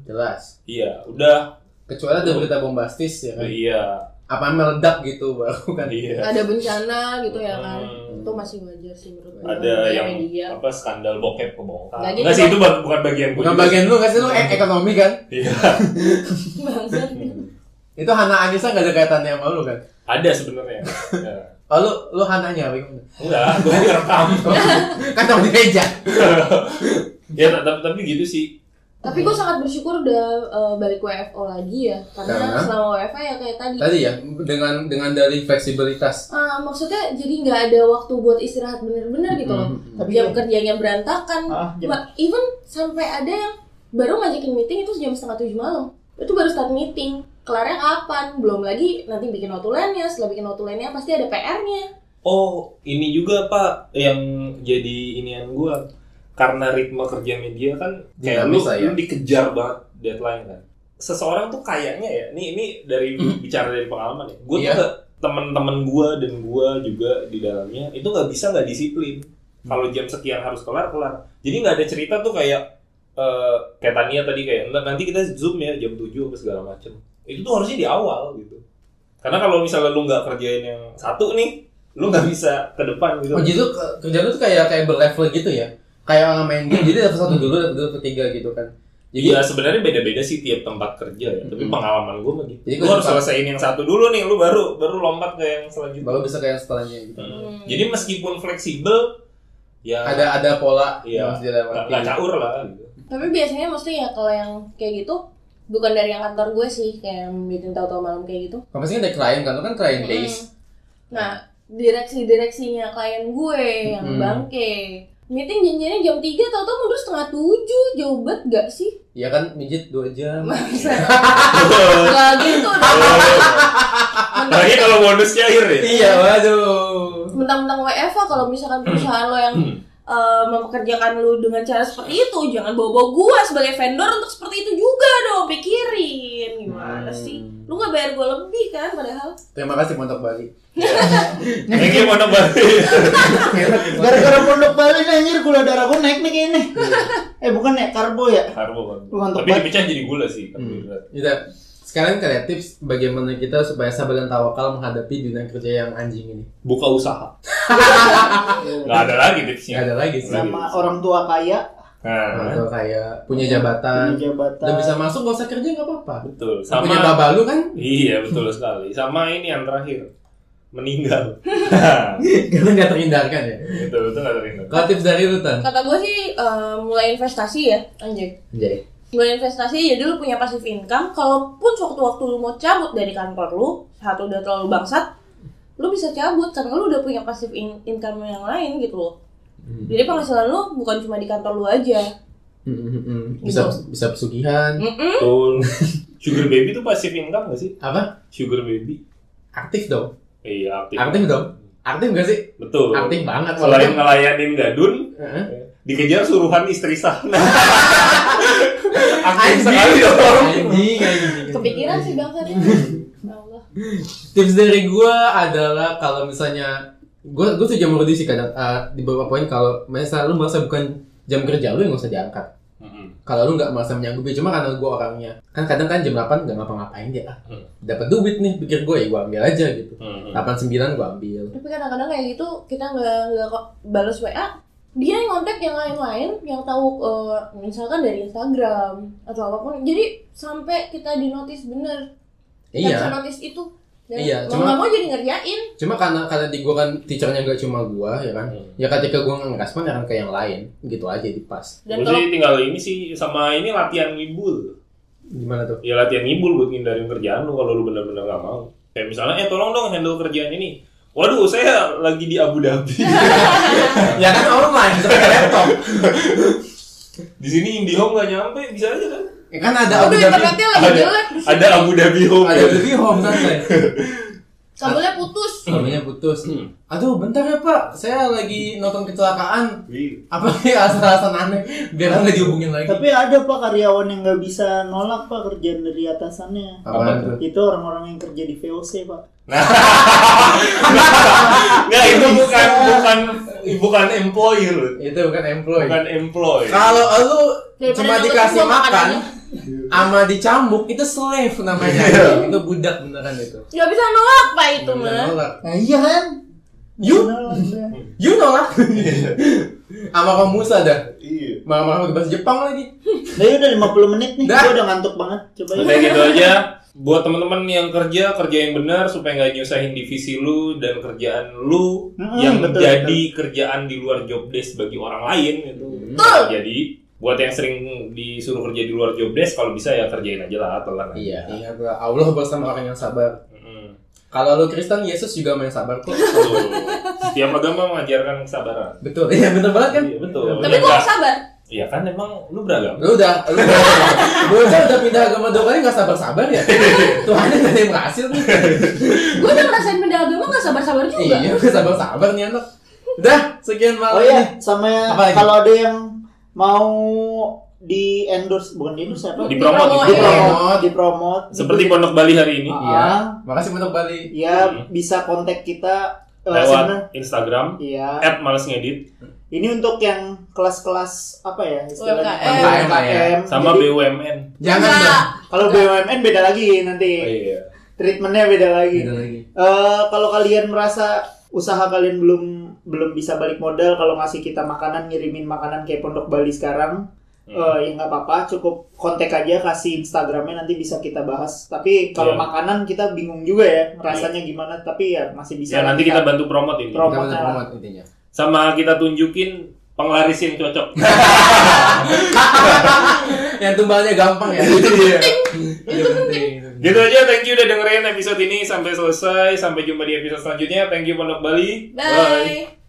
Speaker 3: jelas
Speaker 1: Iya, udah.
Speaker 3: kecuali ada berita bombastis ya kan
Speaker 1: Iya,
Speaker 3: apa meledak gitu baru kan
Speaker 1: iya.
Speaker 2: ada bencana gitu ya kan
Speaker 1: Hmm.
Speaker 2: itu masih wajar sih menurut gue
Speaker 1: Ada
Speaker 2: Kayak
Speaker 1: yang
Speaker 2: media
Speaker 1: apa skandal bokep kebongkar.
Speaker 2: Nggak, jadi
Speaker 1: Enggak sih
Speaker 2: bang-
Speaker 1: itu bukan bukan bagian gue.
Speaker 3: bukan bagian lu nggak sih lu e- ekonomi kan
Speaker 1: Iya.
Speaker 2: bangsat
Speaker 3: itu Hana Anissa nggak ada kaitannya sama lu kan
Speaker 1: Ada sebenarnya. Ya.
Speaker 3: Oh lu lu Hananya bagaimana?
Speaker 1: Enggak, gue ngerekam.
Speaker 3: Kan tahu di meja.
Speaker 1: ya tapi, tapi gitu sih.
Speaker 2: Tapi gue sangat bersyukur udah eh, balik WFO lagi ya, karena,
Speaker 3: Karena?
Speaker 2: selama WFA ya kayak tadi.
Speaker 3: Tadi ya dengan dengan dari fleksibilitas.
Speaker 2: Eh, maksudnya jadi nggak ada waktu buat istirahat bener-bener gitu loh.
Speaker 3: Mm.
Speaker 4: Tapi
Speaker 2: Jam
Speaker 4: ya-
Speaker 2: kerjanya berantakan.
Speaker 4: Ah, jam-
Speaker 2: Ma- even sampai ada yang baru ngajakin meeting itu jam setengah tujuh malam. Itu baru start meeting. Kelarnya kapan? Belum lagi nanti bikin notulennya. Setelah bikin notulennya pasti ada PR-nya.
Speaker 1: Oh, ini juga Pak yang jadi inian gua. Karena ritme kerja media kan kayak lu,
Speaker 3: Dinamis lah ya.
Speaker 1: lu dikejar banget deadline kan. Seseorang tuh kayaknya ya, ini ini dari bicara dari pengalaman ya. Gue
Speaker 3: Hmm. Iya.
Speaker 1: tuh teman-teman gua dan gua juga di dalamnya itu nggak bisa nggak disiplin.
Speaker 3: Hmm.
Speaker 1: Kalau jam sekian harus kelar kelar. Jadi nggak ada cerita tuh kayak eh kayak Tania tadi kayak "Ntar nanti kita zoom ya jam 7 apa segala macem. Itu tuh harusnya di awal gitu. Karena kalau misalnya lu nggak kerjain yang satu nih, lu nggak bisa ke depan gitu.
Speaker 3: Oh jadi lu ke- kerja lu tuh kayak kayak berlevel gitu ya. Kayak orang main game jadi level satu dulu, level dua, level tiga gitu kan. Jadi
Speaker 1: Iya sebenarnya beda-beda sih tiap tempat kerja ya. Tapi
Speaker 3: Mm-mm.
Speaker 1: pengalaman gue mah gitu.
Speaker 3: Jadi
Speaker 1: Lu
Speaker 3: gua
Speaker 1: harus
Speaker 3: suka-
Speaker 1: selesaiin yang satu dulu nih, lu baru baru lompat ke yang selanjutnya.
Speaker 3: baru bisa kayak setelahnya gitu.
Speaker 1: Hmm. Jadi meskipun fleksibel, ya
Speaker 3: Ada ada pola
Speaker 1: Iya.
Speaker 3: yang harus
Speaker 1: nggak
Speaker 3: dilewati.
Speaker 1: nggak caur lah. Gitu.
Speaker 2: Tapi biasanya maksudnya ya kalau yang kayak gitu bukan dari yang kantor gue sih kayak yang meeting tahu-tahu malam kayak gitu.
Speaker 3: Kamu pasti ada klien kan, lu kan klien base.
Speaker 2: Mm. Nah, direksi-direksinya klien gue yang
Speaker 3: Mm.
Speaker 2: bangke. Meeting janjiannya jam 3, tau-tau mundur setengah 7. Jauh banget gak sih?
Speaker 3: Iya kan mijit 2 jam.
Speaker 2: Masa? Gak gitu. udah.
Speaker 1: Apalagi kalau bonusnya akhir ya.
Speaker 3: iya, waduh.
Speaker 2: Mentang-mentang WFA kalau misalkan perusahaan lo yang eh, mempekerjakan lo dengan cara seperti itu, jangan bawa-bawa gue sebagai vendor untuk seperti itu juga dong. Pikirin. Gimana
Speaker 3: Hmm.
Speaker 2: sih? Lu gak bayar gue lebih kan padahal?
Speaker 3: Terima kasih Pondok Bali.
Speaker 1: Thank you Pondok Bali.
Speaker 4: Gara-gara pondok Bali nih, anjir gula darah gue naik nih kayaknya. eh bukan ya karbo ya.
Speaker 1: Karbo kan.
Speaker 4: Lu mantep
Speaker 1: Tapi
Speaker 4: banget.
Speaker 1: dipecah jadi gula sih.
Speaker 3: Hmm.
Speaker 1: karbohidrat.
Speaker 3: Kita sekarang kalian tips bagaimana kita supaya sabar dan tawakal menghadapi dunia kerja yang anjing ini.
Speaker 1: Buka usaha. Nggak ada lagi
Speaker 3: Gak
Speaker 1: tipsnya.
Speaker 3: ada lagi sih.
Speaker 1: Lagi.
Speaker 4: Sama orang tua kaya,
Speaker 1: Nah,
Speaker 3: Atau kayak punya jabatan,
Speaker 4: punya jabatan.
Speaker 3: Ah, udah bisa masuk gak usah kerja gak apa-apa.
Speaker 1: betul.
Speaker 3: Punya
Speaker 1: Sama
Speaker 3: baba lu kan
Speaker 1: Iya betul sekali. Sama ini yang terakhir meninggal.
Speaker 3: itu gak terhindarkan ya.
Speaker 1: itu itu nggak terhindar.
Speaker 3: Kalau tips dari lu Tan?
Speaker 2: Kata gue sih eh, mulai investasi ya, anjir.
Speaker 3: Anjay.
Speaker 2: Mulai investasi jadi lu punya passive income. Kalaupun sewaktu-waktu lu mau cabut dari kantor lu, satu udah terlalu bangsat, lu bisa cabut karena lu udah punya passive in- income yang lain gitu loh.
Speaker 3: Hmm,
Speaker 2: Jadi penghasilan lu bukan cuma di kantor lu aja.
Speaker 3: hmm, Bisa bisa pesugihan.
Speaker 2: Mm-mm.
Speaker 1: Betul. Sugar baby tuh passive income gak sih?
Speaker 3: Apa?
Speaker 1: Sugar baby.
Speaker 3: Aktif dong.
Speaker 1: Iya aktif.
Speaker 3: Aktif dong. Aktif gak sih?
Speaker 1: Betul.
Speaker 3: Aktif banget.
Speaker 1: Selain ngelayanin gadun,
Speaker 3: Heeh.
Speaker 1: dikejar suruhan istri sana. aktif
Speaker 3: Anjing.
Speaker 1: sekali dong.
Speaker 3: Anjing, anjing.
Speaker 2: Kepikiran sih bangsat ya. Ya Allah.
Speaker 3: tips dari gua adalah kalau misalnya gua gua tuh jam Rudy sih kadang eh, di beberapa poin kalau misalnya lu merasa bukan jam kerja lu yang gak usah diangkat
Speaker 1: Mm-mm.
Speaker 3: kalau lu nggak merasa menyanggupi cuma karena gua orangnya kan kadang kan jam 8 nggak ngapa-ngapain dia ah
Speaker 1: Hmm.
Speaker 3: dapat duit nih pikir gue ya gua ambil aja gitu
Speaker 1: Mm-mm.
Speaker 3: 89 gua ambil
Speaker 2: Tapi kadang-kadang kayak gitu kita nggak nggak kok balas WA dia yang kontak yang lain-lain yang tahu eh, misalkan dari Instagram atau apapun jadi sampai kita di notice bener
Speaker 3: iya
Speaker 2: Caption notice itu. Dan
Speaker 3: Iya,
Speaker 2: mau
Speaker 3: cuma-
Speaker 2: nggak mau jadi ngerjain.
Speaker 3: cuma karena karena di gua kan teachernya gak cuma gua ya kan
Speaker 1: Hmm.
Speaker 3: ya ketika gua nggak ngerespon akan kan ke yang lain gitu aja di pas
Speaker 2: Dan
Speaker 1: Gua
Speaker 2: kalau
Speaker 1: sih tinggal ini sih sama ini latihan ngibul.
Speaker 3: gimana tuh
Speaker 1: Ya latihan ngibul buat ngindarin kerjaan lu kalau lu bener-bener gak mau. Kayak misalnya, eh tolong dong handle kerjaan ini. Waduh, saya lagi di Abu Dhabi.
Speaker 3: ya kan online pakai laptop
Speaker 1: di sini IndiHome nggak nyampe, bisa aja kan?
Speaker 3: ya kan ada
Speaker 2: aduh
Speaker 3: Abu Dhabi
Speaker 2: internetnya lagi
Speaker 1: Ada.
Speaker 2: jelek,
Speaker 1: Ada Abu Dhabi Home. gitu.
Speaker 3: ada Abu Dhabi home santai
Speaker 2: kabelnya putus.
Speaker 1: Iya.
Speaker 3: Suaminya putus.
Speaker 1: Hmm.
Speaker 3: Aduh, bentar ya Pak, saya lagi nonton kecelakaan.
Speaker 1: Iya.
Speaker 3: Apa sih alasan-alasan aneh? Biar nggak dihubungin lagi.
Speaker 4: Tapi ada pak karyawan yang nggak bisa nolak pak kerjaan dari atasannya.
Speaker 3: Apaan tuh?
Speaker 4: Itu orang-orang yang kerja di VOC pak.
Speaker 1: Nah, nggak itu bukan bukan bukan employer,
Speaker 3: Itu bukan employee.
Speaker 1: bukan employ.
Speaker 3: Kalau lu
Speaker 2: Daripada
Speaker 3: cuma
Speaker 2: nonton
Speaker 3: dikasih
Speaker 2: gua
Speaker 3: makan
Speaker 2: makanannya.
Speaker 3: sama dicambuk itu slave namanya.
Speaker 1: Iya.
Speaker 3: itu budak beneran itu.
Speaker 2: Gak bisa nolak pak itu mah.
Speaker 3: Nolak.
Speaker 4: Nah iya kan?
Speaker 3: You
Speaker 4: Nolak, udah.
Speaker 3: you nolak. Sama kamu Musa dah.
Speaker 1: Iya.
Speaker 3: Mama-mama pakai bahasa Jepang lagi.
Speaker 4: Nah, ya udah 50 menit nih,
Speaker 3: Dah.
Speaker 4: gue udah ngantuk banget. Coba ya.
Speaker 1: Udah gitu aja. buat teman-teman yang kerja kerjain benar supaya nggak nyusahin divisi lu dan kerjaan lu
Speaker 4: Mm-mm,
Speaker 1: yang
Speaker 4: betul,
Speaker 1: jadi kerjaan di luar job desk bagi orang lain itu
Speaker 2: Betul.
Speaker 1: jadi buat yang sering disuruh kerja di luar job desk kalau bisa ya kerjain aja lah atau lah Hmm.
Speaker 3: Iya, ingatlah Allah bersama orang yang sabar.
Speaker 1: Mm-mm.
Speaker 3: Kalau lu Kristen, Yesus juga main sabar kok.
Speaker 1: Tuh. setiap agama mengajarkan kesabaran
Speaker 3: Betul. Iya, bener banget kan?
Speaker 1: Iya, betul
Speaker 2: Tapi
Speaker 1: Ya,
Speaker 2: gua
Speaker 1: nggak-
Speaker 2: harus sabar.
Speaker 1: Iya kan emang lu beragama
Speaker 3: Lu udah, lu udah, lu udah, udah pindah agama dua kali nggak sabar-sabar ya? Tuhan yang yang berhasil nih.
Speaker 2: Gua udah ngerasain benda agama gak sabar-sabar juga.
Speaker 3: iya, nggak sabar-sabar nih anak. Udah, sekian malam.
Speaker 4: Oh iya, sama
Speaker 3: Apa lagi?
Speaker 4: kalau ada yang mau di endorse bukan di endorse apa? Iya,
Speaker 1: di promo
Speaker 4: di
Speaker 2: Dipromoin.
Speaker 4: promote, di promote.
Speaker 1: seperti pondok Bali hari ini
Speaker 3: Iya. Makasih untuk Bali.
Speaker 4: ya
Speaker 1: Hmm.
Speaker 4: ah, bisa kontak kita eh, sebenarnya-
Speaker 1: lewat Instagram
Speaker 4: Iya.
Speaker 1: at males ngedit
Speaker 4: Ini untuk yang kelas-kelas apa ya istilahnya?
Speaker 2: UMKM.
Speaker 4: UMKM.
Speaker 1: ya. sama
Speaker 4: Jadi,
Speaker 1: BUMN
Speaker 3: Jangan
Speaker 4: Iya.
Speaker 2: Enggak.
Speaker 3: dong.
Speaker 4: Kalau BUMN beda lagi nanti.
Speaker 1: Oh, iya
Speaker 4: Treatmentnya beda lagi.
Speaker 3: Gitu lagi.
Speaker 4: Eh, kalau kalian merasa usaha kalian belum belum bisa balik modal kalau ngasih kita makanan ngirimin makanan kayak Pondok Bali sekarang
Speaker 1: Hmm.
Speaker 4: eh, ya nggak apa-apa cukup kontak aja kasih Instagramnya nanti bisa kita bahas tapi
Speaker 1: Iya.
Speaker 4: kalau makanan kita bingung juga ya rasanya gimana tapi ya masih
Speaker 1: ya
Speaker 4: bisa
Speaker 1: nanti kita bantu promote ini
Speaker 3: Kita
Speaker 4: Promote
Speaker 3: bantu
Speaker 4: lah.
Speaker 3: promote intinya.
Speaker 1: sama kita tunjukin penglarisin cocok
Speaker 3: Yang tumbalnya gampang ya. Iya, penting.
Speaker 1: gitu aja thank you udah dengerin episode ini sampai selesai sampai jumpa di episode selanjutnya thank you pondok Bali
Speaker 2: Bye.